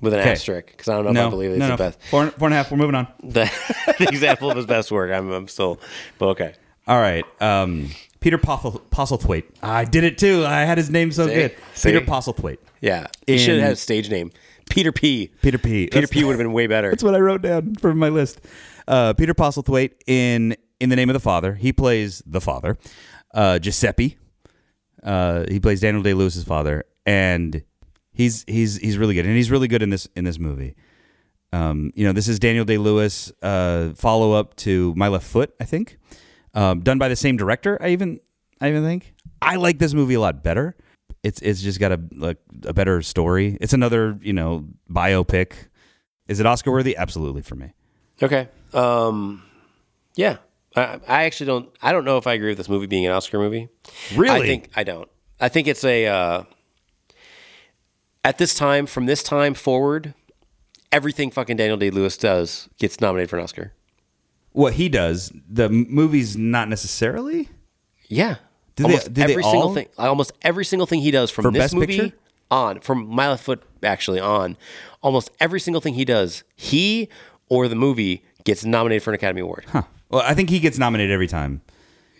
[SPEAKER 3] with an
[SPEAKER 2] Okay.
[SPEAKER 3] asterisk because I don't know if I believe it's
[SPEAKER 2] no,
[SPEAKER 3] the
[SPEAKER 2] no.
[SPEAKER 3] best
[SPEAKER 2] Four, and- four and a half. We're moving on.
[SPEAKER 3] the, the example of his best work. I'm, I'm still, but okay.
[SPEAKER 2] All right. Um, Peter Postle- Postlethwaite. I did it too. I had his name so good.
[SPEAKER 3] See?
[SPEAKER 2] Peter Postlethwaite.
[SPEAKER 3] Yeah, he should
[SPEAKER 2] In-
[SPEAKER 3] have had a stage name. Peter P.
[SPEAKER 2] Peter P.
[SPEAKER 3] Peter
[SPEAKER 2] That's-
[SPEAKER 3] P. would have been way better.
[SPEAKER 2] That's what I wrote down for my list. Uh, Peter Postlethwaite in In the Name of the Father. He plays the father, uh, Giuseppe. Uh, he plays Daniel Day Lewis's father, and he's he's he's really good, and he's really good in this in this movie. Um, you know, this is Daniel Day Lewis uh, follow up to My Left Foot, I think, um, done by the same director. I even I even think I like this movie a lot better. It's it's just got a like a better story. It's another you know biopic. Is it Oscar worthy? Absolutely for me.
[SPEAKER 3] Okay. Um, yeah, I, I actually don't. I don't know if I agree with this movie being an Oscar movie. I think I don't. I think it's a. Uh, at this time, from this time forward, everything fucking Daniel Day Lewis does gets nominated for an Oscar.
[SPEAKER 2] what he does, the m- movie's not necessarily.
[SPEAKER 3] Yeah,
[SPEAKER 2] Did
[SPEAKER 3] almost
[SPEAKER 2] they, did
[SPEAKER 3] every
[SPEAKER 2] they all?
[SPEAKER 3] single thing, almost every single thing he does from
[SPEAKER 2] For
[SPEAKER 3] this
[SPEAKER 2] Best
[SPEAKER 3] movie
[SPEAKER 2] Picture?
[SPEAKER 3] on, from Mile Foot actually on, almost every single thing he does, he or the movie gets nominated for an Academy Award.
[SPEAKER 2] Well, I think he gets nominated every time.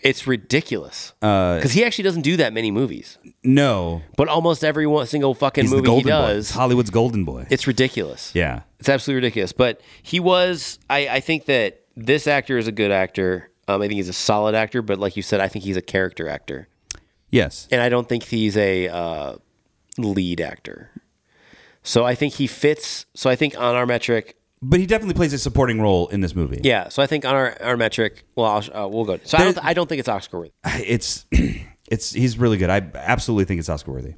[SPEAKER 3] It's ridiculous
[SPEAKER 2] Uh,
[SPEAKER 3] because he actually doesn't do that many movies,
[SPEAKER 2] No,
[SPEAKER 3] but almost every one, single fucking
[SPEAKER 2] he's the
[SPEAKER 3] movie he
[SPEAKER 2] golden boy.
[SPEAKER 3] does,
[SPEAKER 2] It's Hollywood's golden boy.
[SPEAKER 3] it's ridiculous.
[SPEAKER 2] yeah,
[SPEAKER 3] It's absolutely ridiculous. But he was. I, I think that this actor is a good actor. Um, I think he's a solid actor. But like you said, I think he's a character actor,
[SPEAKER 2] yes.
[SPEAKER 3] and I don't think he's a uh, lead actor. So I think he fits. So I think on our metric,
[SPEAKER 2] But he definitely plays a supporting role in this movie.
[SPEAKER 3] yeah. So I think on our, our metric, well, I'll, sh- uh, we'll go. So I don't, I don't think it's Oscar worthy.
[SPEAKER 2] it's it's he's really good. I absolutely think it's Oscar worthy.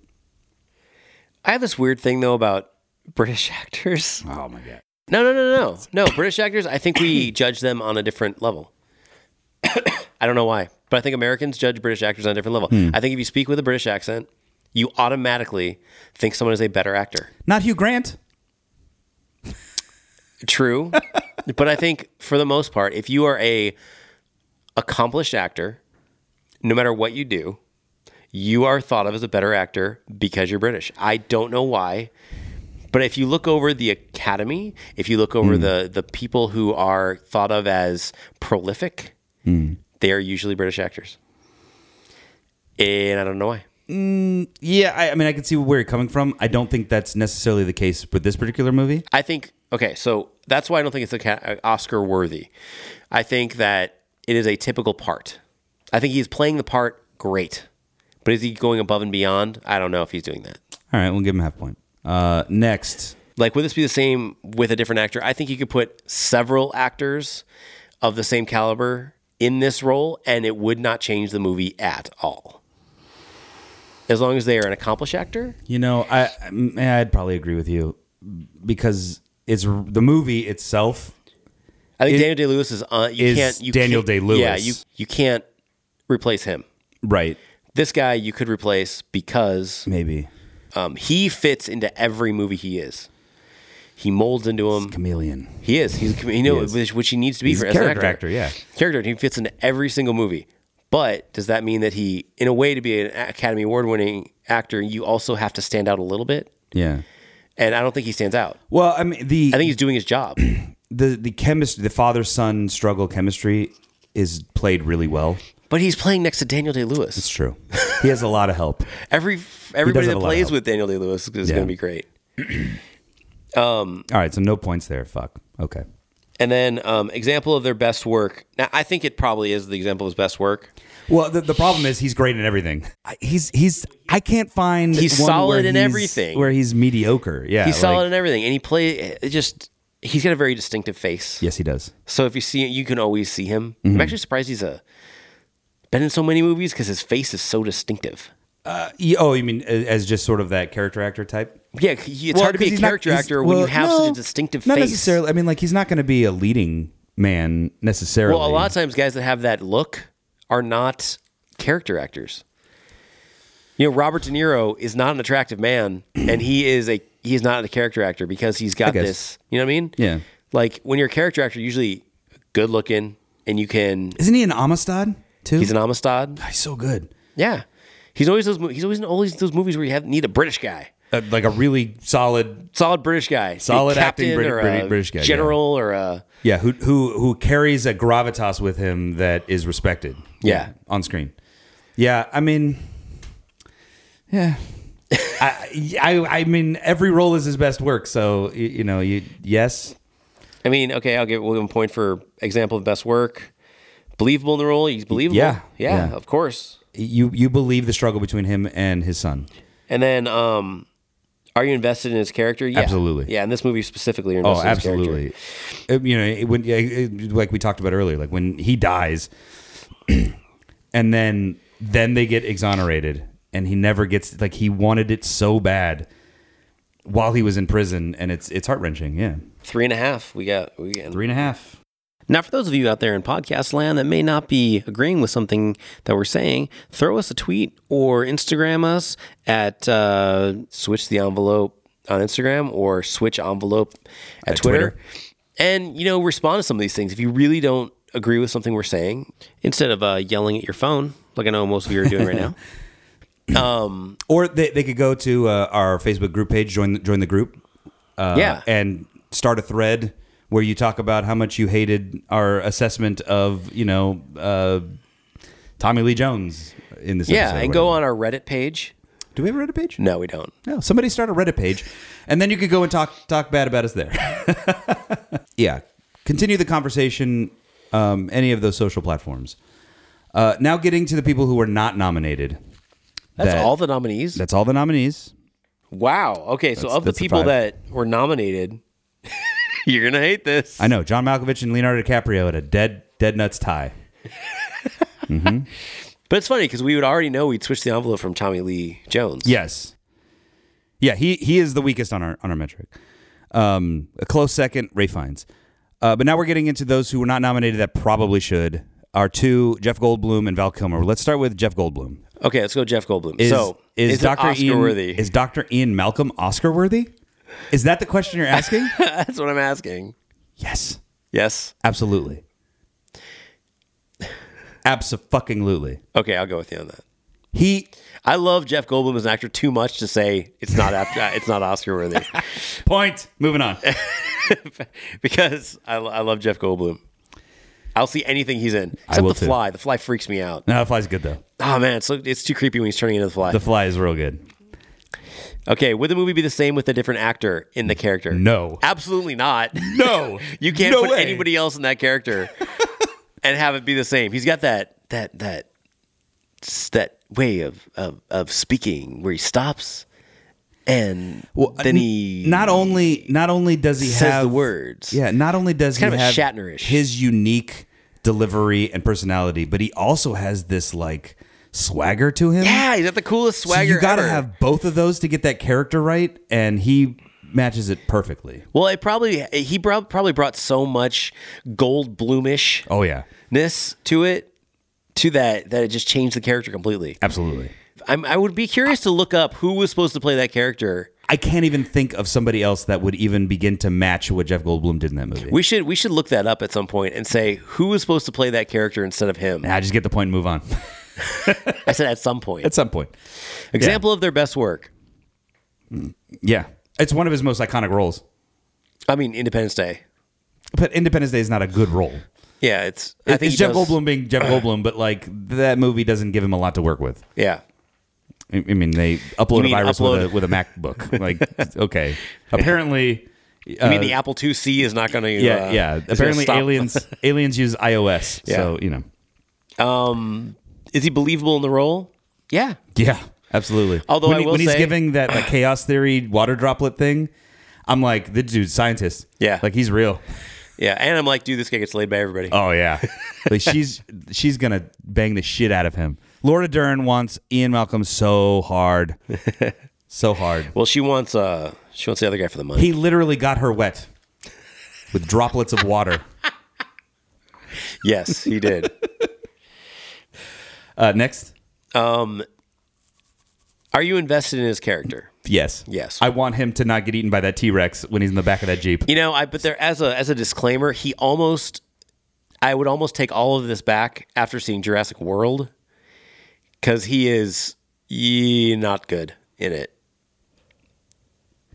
[SPEAKER 3] I have this weird thing though about British actors.
[SPEAKER 2] Oh my god.
[SPEAKER 3] No, no, no, no, no. British actors, I think we judge them on a different level. I don't know why, but I think Americans judge British actors on a different level.
[SPEAKER 2] Hmm.
[SPEAKER 3] I think if you speak with a British accent, you automatically think someone is a better actor.
[SPEAKER 2] Not Hugh Grant.
[SPEAKER 3] True, but I think for the most part, if you are a accomplished actor, no matter what you do, you are thought of as a better actor because you're British. I don't know why, but if you look over the academy, if you look over the the people who are thought of as prolific, they are usually British actors, and I don't know why.
[SPEAKER 2] Yeah, I, I mean, I can see where you're coming from. I don't think that's necessarily the case with this particular movie.
[SPEAKER 3] I think okay, so that's why I don't think it's a ca- uh, Oscar worthy. I think that it is a typical part. I think he's playing the part great, but is he going above and beyond? I don't know if he's doing that.
[SPEAKER 2] All right, we'll give him half a point. Uh, next,
[SPEAKER 3] Like, would this be the same with a different actor? I think you could put several actors of the same caliber in this role, and it would not change the movie at all. As long as they are an accomplished actor,
[SPEAKER 2] you know, I I- I'd probably agree with you because it's the movie itself
[SPEAKER 3] I think
[SPEAKER 2] Is-
[SPEAKER 3] Daniel Day Lewis is uh, you
[SPEAKER 2] is
[SPEAKER 3] can't you
[SPEAKER 2] Daniel
[SPEAKER 3] can't-
[SPEAKER 2] Day-Lewis.
[SPEAKER 3] Yeah, you you can't replace him.
[SPEAKER 2] Right.
[SPEAKER 3] this guy you could replace because
[SPEAKER 2] Maybe.
[SPEAKER 3] um, he fits into every movie he is. He molds into him.
[SPEAKER 2] Chameleon.
[SPEAKER 3] He is. He's a com- you know
[SPEAKER 2] is.
[SPEAKER 3] which, which he needs to be
[SPEAKER 2] He's
[SPEAKER 3] for
[SPEAKER 2] a
[SPEAKER 3] as an
[SPEAKER 2] character actor, yeah.
[SPEAKER 3] character. He fits into every single movie. But does that mean that he, in a way, to be an Academy Award winning actor, you also have to stand out a little bit?
[SPEAKER 2] Yeah.
[SPEAKER 3] And I don't think he stands out.
[SPEAKER 2] Well, I mean the
[SPEAKER 3] I think he's doing his job.
[SPEAKER 2] the the chemistry, the father son struggle chemistry is played really well.
[SPEAKER 3] but he's playing next to Daniel Day Lewis.
[SPEAKER 2] It's true. he has a lot of help.
[SPEAKER 3] Every everybody
[SPEAKER 2] have a
[SPEAKER 3] that
[SPEAKER 2] lot of
[SPEAKER 3] plays
[SPEAKER 2] help.
[SPEAKER 3] with Daniel Day Lewis is
[SPEAKER 2] Yeah.
[SPEAKER 3] going to be great.
[SPEAKER 2] All right, so no points there. Fuck. Okay.
[SPEAKER 3] And then um, example of their best work. Now I think it probably is the example of his best work.
[SPEAKER 2] Well, the, the problem is he's great in everything. I- He's he's I can't find
[SPEAKER 3] He's
[SPEAKER 2] one
[SPEAKER 3] solid
[SPEAKER 2] where
[SPEAKER 3] in
[SPEAKER 2] he's-
[SPEAKER 3] everything.
[SPEAKER 2] Where he's mediocre. Yeah.
[SPEAKER 3] He's
[SPEAKER 2] like-
[SPEAKER 3] solid in everything, and he play it just. He's got a very distinctive face.
[SPEAKER 2] Yes, he does.
[SPEAKER 3] So if you see it, you can always see him.
[SPEAKER 2] Mm-hmm.
[SPEAKER 3] I'm actually surprised he's a been in so many movies because his face is so distinctive.
[SPEAKER 2] Uh, y- oh, you mean a- as just sort of that character actor type?
[SPEAKER 3] Yeah, he- it's hard to be a
[SPEAKER 2] 'cause he's not-
[SPEAKER 3] character
[SPEAKER 2] he's-
[SPEAKER 3] actor when
[SPEAKER 2] well,
[SPEAKER 3] you have
[SPEAKER 2] no,
[SPEAKER 3] such a distinctive
[SPEAKER 2] not
[SPEAKER 3] face.
[SPEAKER 2] necessarily. I mean, like he's not going to be a leading man necessarily.
[SPEAKER 3] Well, a lot of times guys that have that look are not character actors. You know, Robert De Niro is not an attractive man, and he is a he is not a character actor because he's got
[SPEAKER 2] guess.
[SPEAKER 3] this. You know what I mean?
[SPEAKER 2] Yeah.
[SPEAKER 3] Like when you're a character actor, you're usually good looking, and you can.
[SPEAKER 2] Isn't he an Amistad too?
[SPEAKER 3] He's an Amistad.
[SPEAKER 2] He's so good.
[SPEAKER 3] Yeah, he's always those. mo- He's always in all these those movies where you have need a British guy,
[SPEAKER 2] Uh, like a really solid,
[SPEAKER 3] solid British guy, Be a
[SPEAKER 2] Solid acting
[SPEAKER 3] captain
[SPEAKER 2] Brit-
[SPEAKER 3] or
[SPEAKER 2] Brit-
[SPEAKER 3] a
[SPEAKER 2] British guy, yeah.
[SPEAKER 3] general or a
[SPEAKER 2] yeah, who who who carries a gravitas with him that is respected.
[SPEAKER 3] Yeah.
[SPEAKER 2] on screen. Yeah, I mean, yeah. I, I I mean every role is his best work so y- you know you yes
[SPEAKER 3] I mean, okay, I'll give William a point for example of best work. Believable in the role, he's believable.
[SPEAKER 2] Yeah,
[SPEAKER 3] yeah,
[SPEAKER 2] yeah.
[SPEAKER 3] of course.
[SPEAKER 2] you you believe the struggle between him and his son
[SPEAKER 3] And then, um, are you invested in his character? Yeah.
[SPEAKER 2] Absolutely.
[SPEAKER 3] Yeah, in this movie specifically, you're
[SPEAKER 2] Oh,
[SPEAKER 3] invested in his character.
[SPEAKER 2] absolutely. Uh, You know, it, when yeah, it, like we talked about earlier, like when he dies, and then then they get exonerated, and he never gets like he wanted it so bad while he was in prison, and it's it's heart wrenching. Yeah,
[SPEAKER 3] Three and a half. We got we got
[SPEAKER 2] three and a half.
[SPEAKER 4] Now, for those of you out there in podcast land that may not be agreeing with something that we're saying, throw us a tweet or Instagram us at uh,
[SPEAKER 3] switch the envelope on Instagram or switch envelope at,
[SPEAKER 2] At
[SPEAKER 3] Twitter.
[SPEAKER 2] Twitter.
[SPEAKER 3] And you know, respond to some of these things if you really don't agree with something we're saying.
[SPEAKER 4] instead of uh, yelling at your phone. like I know most of you are doing right now.
[SPEAKER 2] Or they, they could go to uh, our Facebook group page, join the, join the group, uh,
[SPEAKER 4] yeah.
[SPEAKER 2] and start a thread where you talk about how much you hated our assessment of you know uh, Tommy Lee Jones in this.
[SPEAKER 3] Yeah,
[SPEAKER 2] episode or
[SPEAKER 3] and go
[SPEAKER 2] whatever.
[SPEAKER 3] on our Reddit page.
[SPEAKER 2] Do we have a Reddit page?
[SPEAKER 3] No, we don't.
[SPEAKER 2] No, somebody start a Reddit page, and then you could go and talk talk bad about us there. yeah, continue the conversation. Um, any of those social platforms. Uh, now, getting to the people who were not nominated.
[SPEAKER 3] That's
[SPEAKER 2] That-
[SPEAKER 3] all the nominees.
[SPEAKER 2] That's all the nominees.
[SPEAKER 3] wow. Okay, so
[SPEAKER 2] That's-
[SPEAKER 3] of the
[SPEAKER 2] that's the
[SPEAKER 3] people
[SPEAKER 2] five.
[SPEAKER 3] that were nominated, you're gonna hate this.
[SPEAKER 2] I know John Malkovich and Leonardo DiCaprio had a dead dead nuts tie.
[SPEAKER 3] But it's funny because we would already know we'd switch the envelope from Tommy Lee Jones.
[SPEAKER 2] Yes. Yeah, he he is the weakest on our on our metric. Um, a close second, Ray Fiennes. Uh, but now we're getting into those who were not nominated that probably should. Our two, Jeff Goldblum and Val Kilmer. Let's start with Jeff Goldblum.
[SPEAKER 3] Okay, let's go Jeff Goldblum.
[SPEAKER 2] Is,
[SPEAKER 3] so
[SPEAKER 2] is,
[SPEAKER 3] it
[SPEAKER 2] Dr.
[SPEAKER 3] Oscar
[SPEAKER 2] Ian
[SPEAKER 3] worthy?
[SPEAKER 2] is Dr. Ian Malcolm Oscar worthy? Is that the question you're asking?
[SPEAKER 3] That's what I'm asking.
[SPEAKER 2] yes,
[SPEAKER 3] Yes.
[SPEAKER 2] absolutely, absolutely.
[SPEAKER 3] Okay, I'll go with you on that.
[SPEAKER 2] He
[SPEAKER 3] I love Jeff Goldblum as an actor too much to say it's not after it's not Oscar worthy
[SPEAKER 2] point. Moving on.
[SPEAKER 3] because I, lo- I love Jeff Goldblum. I'll see anything he's in
[SPEAKER 2] I
[SPEAKER 3] except
[SPEAKER 2] will
[SPEAKER 3] The
[SPEAKER 2] too.
[SPEAKER 3] Fly. The Fly freaks me out.
[SPEAKER 2] no, the fly's good though.
[SPEAKER 3] Oh man, it's, so- it's too creepy when he's turning into The Fly.
[SPEAKER 2] The fly is real good.
[SPEAKER 3] okay, would the movie be the same with a different actor in the character?
[SPEAKER 2] No.
[SPEAKER 3] absolutely not.
[SPEAKER 2] No,
[SPEAKER 3] You can't
[SPEAKER 2] No
[SPEAKER 3] put
[SPEAKER 2] way.
[SPEAKER 3] anybody else in that character and have it be the same. He's got that that that that way of of, of speaking where he stops and then
[SPEAKER 2] n-
[SPEAKER 3] he
[SPEAKER 2] not only not only does he
[SPEAKER 3] says
[SPEAKER 2] have
[SPEAKER 3] the words.
[SPEAKER 2] Yeah, not only does
[SPEAKER 3] kind
[SPEAKER 2] he
[SPEAKER 3] of a
[SPEAKER 2] have
[SPEAKER 3] Shatner-ish.
[SPEAKER 2] his unique delivery and personality, but he also has this like swagger to him.
[SPEAKER 3] Yeah, he's got the coolest
[SPEAKER 2] so
[SPEAKER 3] swagger.
[SPEAKER 2] you got to
[SPEAKER 3] ever.
[SPEAKER 2] have both of those to get that character right, and he matches it perfectly.
[SPEAKER 3] Well, it probably he brought, probably brought so much gold bloomishness
[SPEAKER 2] Oh yeah,
[SPEAKER 3] to it to that that it just changed the character completely.
[SPEAKER 2] absolutely.
[SPEAKER 3] I'm, I would be curious to look up who was supposed to play that character
[SPEAKER 2] I can't even think of somebody else that would even begin to match what Jeff Goldblum did in that movie.
[SPEAKER 3] We should we should look that up at some point and say who was supposed to play that character instead of him.
[SPEAKER 2] I just get the point and move on
[SPEAKER 3] I said at some point.
[SPEAKER 2] at some point.
[SPEAKER 3] Example of their best work.
[SPEAKER 2] Yeah, it's one of his most iconic roles.
[SPEAKER 3] I mean, Independence Day.
[SPEAKER 2] But Independence Day is not a good role.
[SPEAKER 3] Yeah, it's. I
[SPEAKER 2] I
[SPEAKER 3] think
[SPEAKER 2] it's
[SPEAKER 3] he
[SPEAKER 2] Jeff
[SPEAKER 3] does-
[SPEAKER 2] Goldblum being Jeff Goldblum, but like that movie doesn't give him a lot to work with.
[SPEAKER 3] Yeah,
[SPEAKER 2] I I mean, they upload a
[SPEAKER 3] mean
[SPEAKER 2] virus
[SPEAKER 3] upload-
[SPEAKER 2] with a with a MacBook. Like, okay, apparently,
[SPEAKER 3] I mean the Apple IIc is not going to.
[SPEAKER 2] Uh, yeah,
[SPEAKER 3] uh,
[SPEAKER 2] yeah.
[SPEAKER 3] is gonna
[SPEAKER 2] Apparently,
[SPEAKER 3] stop-
[SPEAKER 2] aliens aliens use iOS, so
[SPEAKER 3] Yeah.
[SPEAKER 2] you know,
[SPEAKER 3] Um, is he believable in the role? Yeah,
[SPEAKER 2] yeah, absolutely.
[SPEAKER 3] Although
[SPEAKER 2] when,
[SPEAKER 3] I
[SPEAKER 2] he-
[SPEAKER 3] will
[SPEAKER 2] when he's
[SPEAKER 3] say-
[SPEAKER 2] giving that like, chaos theory water droplet thing, I'm like, the dude's scientist.
[SPEAKER 3] Yeah.
[SPEAKER 2] like he's real.
[SPEAKER 3] yeah. And I'm like, dude, this guy gets laid by everybody.
[SPEAKER 2] Oh yeah, like she's she's gonna bang the shit out of him. Laura Dern wants Ian Malcolm so hard, so hard.
[SPEAKER 3] Well, she wants uh she wants the other guy for the money.
[SPEAKER 2] He literally got her wet with droplets of water.
[SPEAKER 3] yes, he did.
[SPEAKER 2] Uh, next.
[SPEAKER 3] Are you invested in his character?
[SPEAKER 2] Yes.
[SPEAKER 3] Yes.
[SPEAKER 2] I want him to not get eaten by that T Rex when he's in the back of that Jeep.
[SPEAKER 3] You know, I but there as a as a disclaimer, he almost I would almost take all of this back after seeing Jurassic World cuz he is ye not good in it.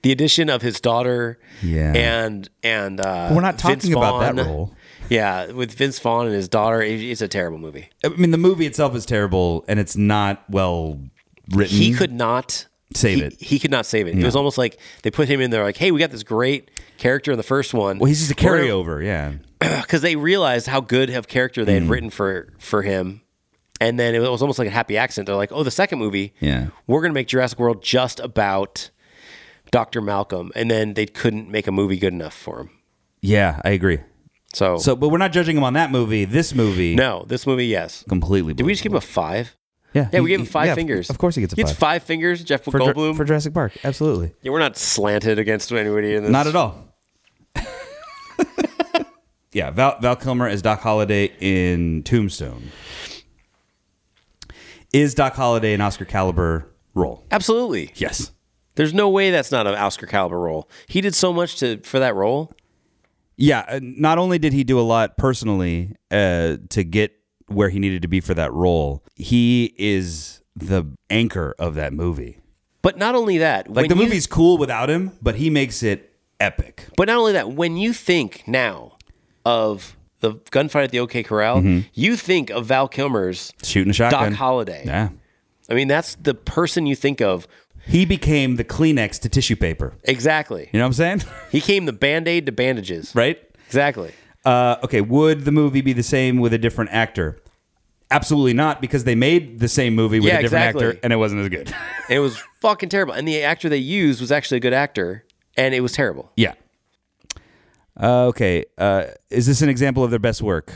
[SPEAKER 3] The addition of his daughter
[SPEAKER 2] Yeah.
[SPEAKER 3] and and uh
[SPEAKER 2] We're not
[SPEAKER 3] Vince
[SPEAKER 2] talking about that
[SPEAKER 3] Vaughn.
[SPEAKER 2] role.
[SPEAKER 3] Yeah, with Vince Vaughn and his daughter, it- it's a terrible movie.
[SPEAKER 2] I mean, the movie itself is terrible and it's not well written.
[SPEAKER 3] He could not
[SPEAKER 2] Mm-hmm. Save
[SPEAKER 3] he-
[SPEAKER 2] it.
[SPEAKER 3] He could not save it. It was almost like they put him in there like, "Hey, we got this great character in the first one."
[SPEAKER 2] Well, he's just a
[SPEAKER 3] We're gonna-
[SPEAKER 2] carryover. Yeah.
[SPEAKER 3] because they realized how good of character they had
[SPEAKER 2] Mm.
[SPEAKER 3] written for for him, and then it was almost like a happy accident. They're like, "Oh, the second movie,
[SPEAKER 2] Yeah.
[SPEAKER 3] we're gonna make Jurassic World just about Dr. Malcolm," and then they couldn't make a movie good enough for him.
[SPEAKER 2] Yeah, I agree.
[SPEAKER 3] So,
[SPEAKER 2] So, but we're not judging him on that movie. This movie.
[SPEAKER 3] no, this movie, yes.
[SPEAKER 2] Completely.
[SPEAKER 3] Did we just give him a five?
[SPEAKER 2] Yeah.
[SPEAKER 3] Yeah, we
[SPEAKER 2] He-
[SPEAKER 3] gave him
[SPEAKER 2] he-
[SPEAKER 3] five
[SPEAKER 2] yeah,
[SPEAKER 3] fingers.
[SPEAKER 2] Of course he gets a
[SPEAKER 3] gets
[SPEAKER 2] five.
[SPEAKER 3] five fingers. Jeff
[SPEAKER 2] for, Dr-
[SPEAKER 3] Goldblum.
[SPEAKER 2] for Jurassic Park. Absolutely.
[SPEAKER 3] yeah, we're not slanted against anybody in this.
[SPEAKER 2] Not at all. yeah, Val, Val Kilmer is Doc Holliday in Tombstone. Is Doc Holliday an Oscar caliber role?
[SPEAKER 3] Absolutely.
[SPEAKER 2] Yes.
[SPEAKER 3] There's no way that's not an Oscar caliber role. He did so much to for that role.
[SPEAKER 2] Yeah. uh, Not only did he do a lot personally uh, to get where he needed to be for that role. He is the anchor of that movie.
[SPEAKER 3] But not only that,
[SPEAKER 2] Like
[SPEAKER 3] when
[SPEAKER 2] the
[SPEAKER 3] you-
[SPEAKER 2] movie's cool without him, but he makes it epic.
[SPEAKER 3] But not only that, when you think now of the gunfight at the OK Corral, you think of Val Kilmer's
[SPEAKER 2] Shooting a shotgun.
[SPEAKER 3] Doc Holliday.
[SPEAKER 2] Yeah.
[SPEAKER 3] I mean, that's the person you think of.
[SPEAKER 2] He became the Kleenex to tissue paper.
[SPEAKER 3] Exactly.
[SPEAKER 2] You know what I'm saying?
[SPEAKER 3] He came the band aid to bandages.
[SPEAKER 2] right?
[SPEAKER 3] Exactly.
[SPEAKER 2] Uh, okay, would the movie be the same with a different actor? Absolutely not, because they made the same movie with
[SPEAKER 3] Yeah,
[SPEAKER 2] a different
[SPEAKER 3] exactly.
[SPEAKER 2] actor and it wasn't as good.
[SPEAKER 3] It was fucking terrible. And the actor they used was actually a good actor, and it was terrible.
[SPEAKER 2] yeah. Uh, okay, uh, is this an example of their best work?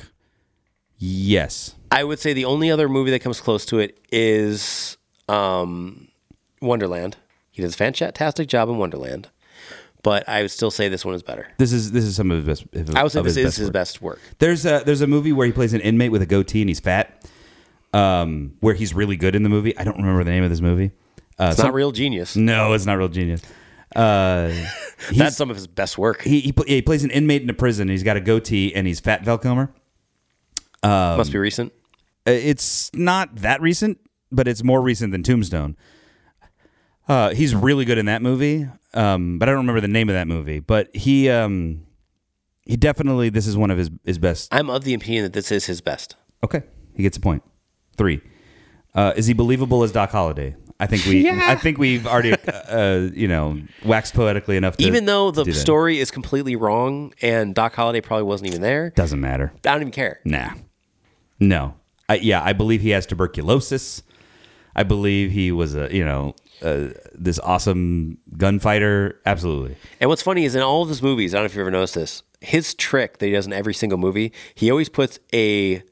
[SPEAKER 2] Yes.
[SPEAKER 3] I would say the only other movie that comes close to it is um, Wonderland. He does a fantastic job in Wonderland, but I would still say this one is better.
[SPEAKER 2] This is this is some of his best.
[SPEAKER 3] I would say
[SPEAKER 2] of
[SPEAKER 3] this is his
[SPEAKER 2] work.
[SPEAKER 3] best work.
[SPEAKER 2] There's a there's a movie where he plays an inmate with a goatee and he's fat. Um, where he's really good in the movie. I don't remember the name of this movie. Uh,
[SPEAKER 3] It's
[SPEAKER 2] some-
[SPEAKER 3] not real genius.
[SPEAKER 2] No, it's not real genius. Uh, he's-
[SPEAKER 3] That's some of his best work.
[SPEAKER 2] he he, pl- yeah, he plays an inmate in a prison. He's got a goatee and he's fat Val Kilmer.
[SPEAKER 3] Must be recent.
[SPEAKER 2] Uh, It's not that recent, but it's more recent than Tombstone. Uh, he's really good in that movie, um, but I don't remember the name of that movie. But he um, he definitely this is one of his his best.
[SPEAKER 3] I'm of the opinion that this is his best.
[SPEAKER 2] Okay, he gets a point. Three. Uh, is he believable as Doc Holliday? I think we I think we've already uh, uh, you know waxed poetically enough. To
[SPEAKER 3] Even though
[SPEAKER 2] do
[SPEAKER 3] the
[SPEAKER 2] that.
[SPEAKER 3] story is completely wrong and Doc Holliday probably wasn't even there,
[SPEAKER 2] doesn't matter.
[SPEAKER 3] I don't even care.
[SPEAKER 2] Nah. No. I, yeah, I believe he has tuberculosis. I believe he was a, you know, uh, this awesome gunfighter. Absolutely.
[SPEAKER 3] And what's funny is in all of his movies, I don't know if you ever noticed this, his trick that he does in every single movie, he always puts a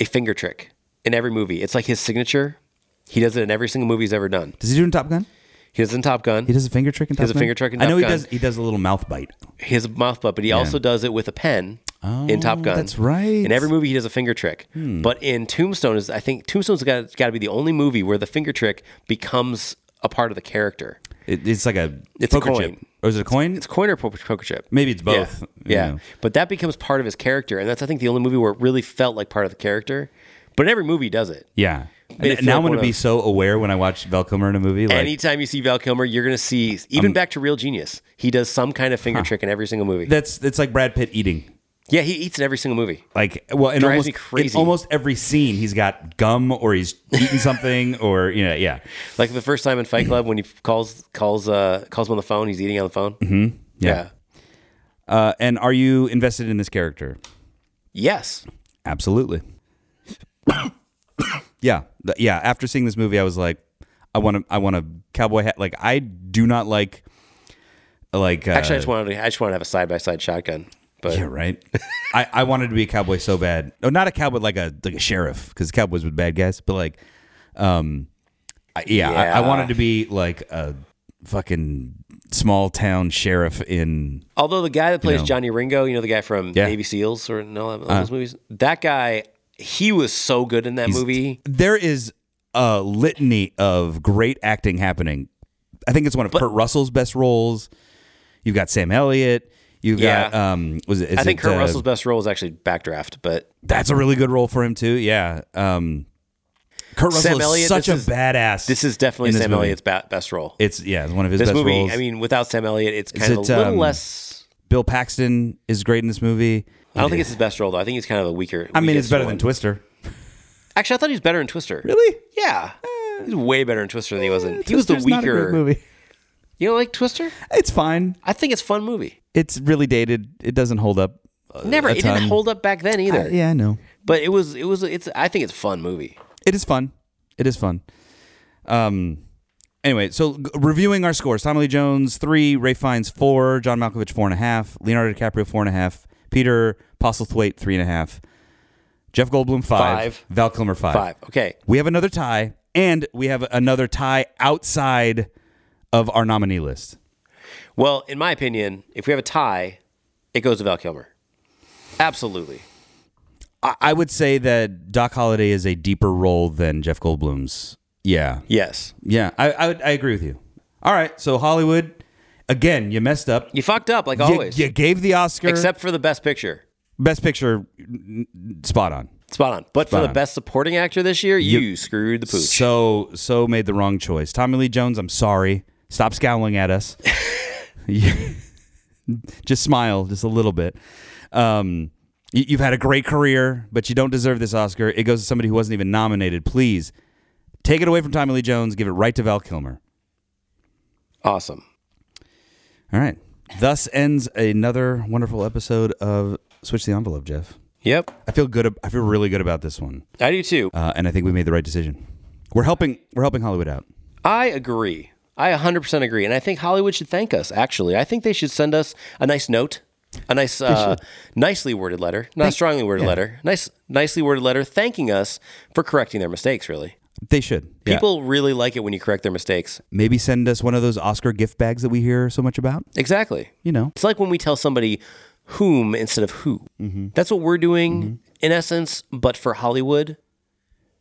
[SPEAKER 3] a finger trick in every movie. It's like his signature. He does it in every single movie he's ever done.
[SPEAKER 2] Does he do it in Top Gun?
[SPEAKER 3] He does it in Top Gun.
[SPEAKER 2] He does a finger trick in Top
[SPEAKER 3] does a
[SPEAKER 2] Gun.
[SPEAKER 3] finger trick in
[SPEAKER 2] I
[SPEAKER 3] Top
[SPEAKER 2] know he
[SPEAKER 3] Gun.
[SPEAKER 2] does. He does a little mouth bite.
[SPEAKER 3] He has a mouth butt, but he also does it with a pen in Top Gun.
[SPEAKER 2] Oh, that's right. Hmm.
[SPEAKER 3] In every movie, he does a finger trick. But in Tombstone, is I think Tombstone's got got to be the only movie where the finger trick becomes a part of the character.
[SPEAKER 2] It, it's like a
[SPEAKER 3] It's a
[SPEAKER 2] poker
[SPEAKER 3] coin.
[SPEAKER 2] chip. Or is it a coin?
[SPEAKER 3] It's coin or po- poker chip.
[SPEAKER 2] Maybe it's
[SPEAKER 3] Yeah.
[SPEAKER 2] both, you
[SPEAKER 3] Yeah.
[SPEAKER 2] know.
[SPEAKER 3] but that becomes part of his character, and that's I think the only movie where it really felt like part of the character. But in every movie, he does it.
[SPEAKER 2] yeah.
[SPEAKER 3] Made it
[SPEAKER 2] And
[SPEAKER 3] feel
[SPEAKER 2] now I'm
[SPEAKER 3] like
[SPEAKER 2] going to
[SPEAKER 3] one
[SPEAKER 2] be
[SPEAKER 3] of-
[SPEAKER 2] so aware when I watch Val Kilmer in a movie. Like,
[SPEAKER 3] Anytime you see Val Kilmer, you're going to see even
[SPEAKER 2] Um,
[SPEAKER 3] back to Real Genius. He does some kind of finger trick in every single movie.
[SPEAKER 2] that's it's like Brad Pitt eating.
[SPEAKER 3] yeah, he eats in every single movie.
[SPEAKER 2] Like well, in
[SPEAKER 3] Drives
[SPEAKER 2] almost
[SPEAKER 3] me crazy.
[SPEAKER 2] in almost every scene, he's got gum or he's eating something or you know yeah.
[SPEAKER 3] Like the first time in Fight Club when he calls calls uh calls him on the phone, he's eating on the phone. Mm-hmm. Yeah.
[SPEAKER 2] Uh, and are you invested in this character?
[SPEAKER 3] Yes.
[SPEAKER 2] Absolutely. yeah, Th- yeah. After seeing this movie, I was like, I want to, I want a cowboy hat. Like, I do not like, like. Uh,
[SPEAKER 3] Actually, I just wanted to, I just wanted to have a side by side shotgun. But
[SPEAKER 2] yeah, right. I, I wanted to be a cowboy so bad. No, not a cowboy, like a like a sheriff, because cowboys were bad guys. But like, um, I, yeah, I, I
[SPEAKER 3] Yeah.
[SPEAKER 2] wanted to be like a fucking small town sheriff in
[SPEAKER 3] although the guy that plays
[SPEAKER 2] know.
[SPEAKER 3] Johnny Ringo, you know the guy from
[SPEAKER 2] Yeah. Uh-huh.
[SPEAKER 3] Navy SEALs or and all, that, all those movies, that guy, he was so good in that movie.
[SPEAKER 2] there is a litany of great acting happening. I think it's one of Kurt Russell's best roles. You've got Sam Elliott. You've got
[SPEAKER 3] Yeah.
[SPEAKER 2] um was it? is
[SPEAKER 3] I think
[SPEAKER 2] it,
[SPEAKER 3] Kurt
[SPEAKER 2] uh,
[SPEAKER 3] Russell's best role is actually Backdraft, but
[SPEAKER 2] That's a really good role for him too. Yeah. Um Kurt Russell
[SPEAKER 3] Sam
[SPEAKER 2] is
[SPEAKER 3] Elliott,
[SPEAKER 2] such a
[SPEAKER 3] this is-
[SPEAKER 2] badass.
[SPEAKER 3] this is definitely
[SPEAKER 2] in this
[SPEAKER 3] Sam
[SPEAKER 2] movie.
[SPEAKER 3] Elliott's ba- best role.
[SPEAKER 2] It's yeah, it's one of his
[SPEAKER 3] this
[SPEAKER 2] best
[SPEAKER 3] movie,
[SPEAKER 2] roles.
[SPEAKER 3] I mean, without Sam Elliott, it's kind of
[SPEAKER 2] it,
[SPEAKER 3] a little
[SPEAKER 2] um,
[SPEAKER 3] less.
[SPEAKER 2] Bill Paxton is great in this movie.
[SPEAKER 3] I don't think it's his best role though. I think he's kind of a weaker.
[SPEAKER 2] I mean, it's
[SPEAKER 3] weakest
[SPEAKER 2] better
[SPEAKER 3] one.
[SPEAKER 2] than Twister.
[SPEAKER 3] Actually, I thought he was better in Twister.
[SPEAKER 2] Really?
[SPEAKER 3] Yeah. He's way better in Twister than he was in. He was the
[SPEAKER 2] Eh. Twister's
[SPEAKER 3] weaker
[SPEAKER 2] not a great movie.
[SPEAKER 3] You don't like Twister?
[SPEAKER 2] It's fine.
[SPEAKER 3] I think it's a fun movie.
[SPEAKER 2] It's really dated. It doesn't hold up. uh,
[SPEAKER 3] Never.
[SPEAKER 2] a
[SPEAKER 3] It didn't
[SPEAKER 2] ton.
[SPEAKER 3] hold up back then either.
[SPEAKER 2] Yeah, I know.
[SPEAKER 3] But it was. It was. It's. I think it's a fun movie.
[SPEAKER 2] it is fun. It is fun. Um. Anyway, so g- reviewing our scores: Tommy Lee Jones three, Ray Fiennes four, John Malkovich four and a half, Leonardo DiCaprio four and a half, Peter Postlethwaite three and a half, Jeff Goldblum five,
[SPEAKER 3] Five.
[SPEAKER 2] Val Kilmer five.
[SPEAKER 3] Five. Okay.
[SPEAKER 2] We have another tie, and we have another tie outside of our nominee list.
[SPEAKER 3] Well, in my opinion, if we have a tie, it goes to Val Kilmer. Absolutely.
[SPEAKER 2] I, I would say that Doc Holliday is a deeper role than Jeff Goldblum's. Yeah,
[SPEAKER 3] Yes.
[SPEAKER 2] yeah, I I, would, I agree with you. All right, so Hollywood, again, you messed up.
[SPEAKER 3] You fucked up like
[SPEAKER 2] You-
[SPEAKER 3] always,
[SPEAKER 2] You, gave the Oscar
[SPEAKER 3] except for the Best Picture.
[SPEAKER 2] Best Picture n- n- spot on.
[SPEAKER 3] Spot on. But for
[SPEAKER 2] Spot
[SPEAKER 3] the
[SPEAKER 2] on.
[SPEAKER 3] best supporting actor this year, you, screwed the pooch.
[SPEAKER 2] So so made the wrong choice. Tommy Lee Jones, I'm sorry. Stop scowling at us. You- just smile just a little bit. Um, you, you've had a great career, but you don't deserve this Oscar. It goes to somebody who wasn't even nominated. Please take it away from Tommy Lee Jones. Give it right to Val Kilmer.
[SPEAKER 3] awesome.
[SPEAKER 2] All right. Thus ends another wonderful episode of Switch the Envelope, Jeff.
[SPEAKER 3] Yep.
[SPEAKER 2] I feel good. ab- I feel really good about this one,
[SPEAKER 3] I do too.
[SPEAKER 2] uh, and I think we made the right decision. We're helping. We're helping Hollywood out.
[SPEAKER 3] I agree. I 100% agree. And I think Hollywood should thank us, actually. I think they should send us a nice note, a nice, uh, nicely worded letter, not strongly worded letter, nice, nicely worded letter thanking us for correcting their mistakes, really.
[SPEAKER 2] They should. Yeah.
[SPEAKER 3] People really like it when you correct their mistakes.
[SPEAKER 2] maybe send us one of those Oscar gift bags that we hear so much about.
[SPEAKER 3] Exactly.
[SPEAKER 2] You know,
[SPEAKER 3] It's like when we tell somebody whom instead of who.
[SPEAKER 2] Mm-hmm.
[SPEAKER 3] That's what we're doing in essence, but for Hollywood,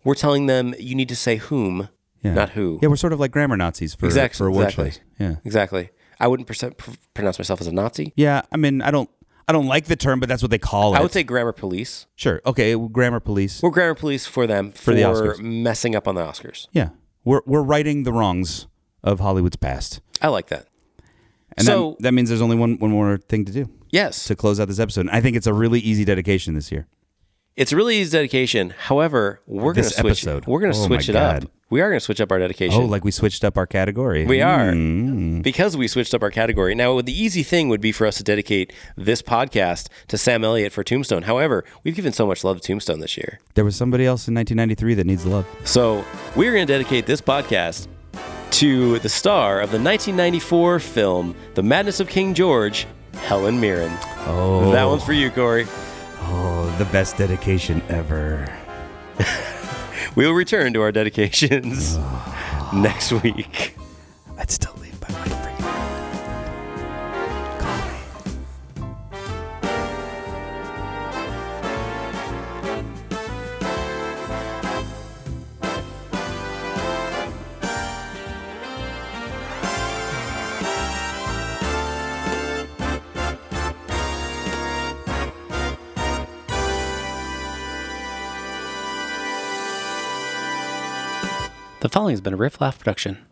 [SPEAKER 3] we're telling them you need to say whom,
[SPEAKER 2] yeah.
[SPEAKER 3] not who.
[SPEAKER 2] Yeah, we're sort of like grammar Nazis for
[SPEAKER 3] exactly.
[SPEAKER 2] for award
[SPEAKER 3] exactly.
[SPEAKER 2] shows. Yeah,
[SPEAKER 3] Exactly. I wouldn't perce- pr- pronounce myself as a Nazi.
[SPEAKER 2] yeah. I mean, I don't, I don't like the term, but that's what they call it.
[SPEAKER 3] I would say grammar police.
[SPEAKER 2] sure. Okay, well, grammar police.
[SPEAKER 3] We're grammar police for them for,
[SPEAKER 2] the Oscars.
[SPEAKER 3] messing up on the Oscars.
[SPEAKER 2] yeah, we're we're righting the wrongs of Hollywood's past,
[SPEAKER 3] I like that.
[SPEAKER 2] and
[SPEAKER 3] So-
[SPEAKER 2] that, that means there's only one one more thing to do
[SPEAKER 3] Yes.
[SPEAKER 2] to close out this episode. And I think it's a really easy dedication this year.
[SPEAKER 3] It's a really easy dedication. However, we're going to
[SPEAKER 2] This
[SPEAKER 3] switch
[SPEAKER 2] episode.
[SPEAKER 3] we're going to
[SPEAKER 2] Oh my
[SPEAKER 3] switch it
[SPEAKER 2] God.
[SPEAKER 3] up. We are going to switch up our dedication.
[SPEAKER 2] Oh, like we switched up our category. Hmm.
[SPEAKER 3] We are because we switched up our category. Now, the easy thing would be for us to dedicate this podcast to Sam Elliott for Tombstone. However, we've given so much love to Tombstone this year,
[SPEAKER 2] There was somebody else in 1993 that needs love.
[SPEAKER 3] so we're going to dedicate this podcast to the star of the 1994 film *The Madness of King George*, Helen Mirren.
[SPEAKER 2] Oh,
[SPEAKER 3] That one's for you, Corey.
[SPEAKER 2] oh, the best dedication ever.
[SPEAKER 3] We will return to our dedications next week.
[SPEAKER 2] I'd still leave my life for you.
[SPEAKER 4] The following has been a Riff Laugh production.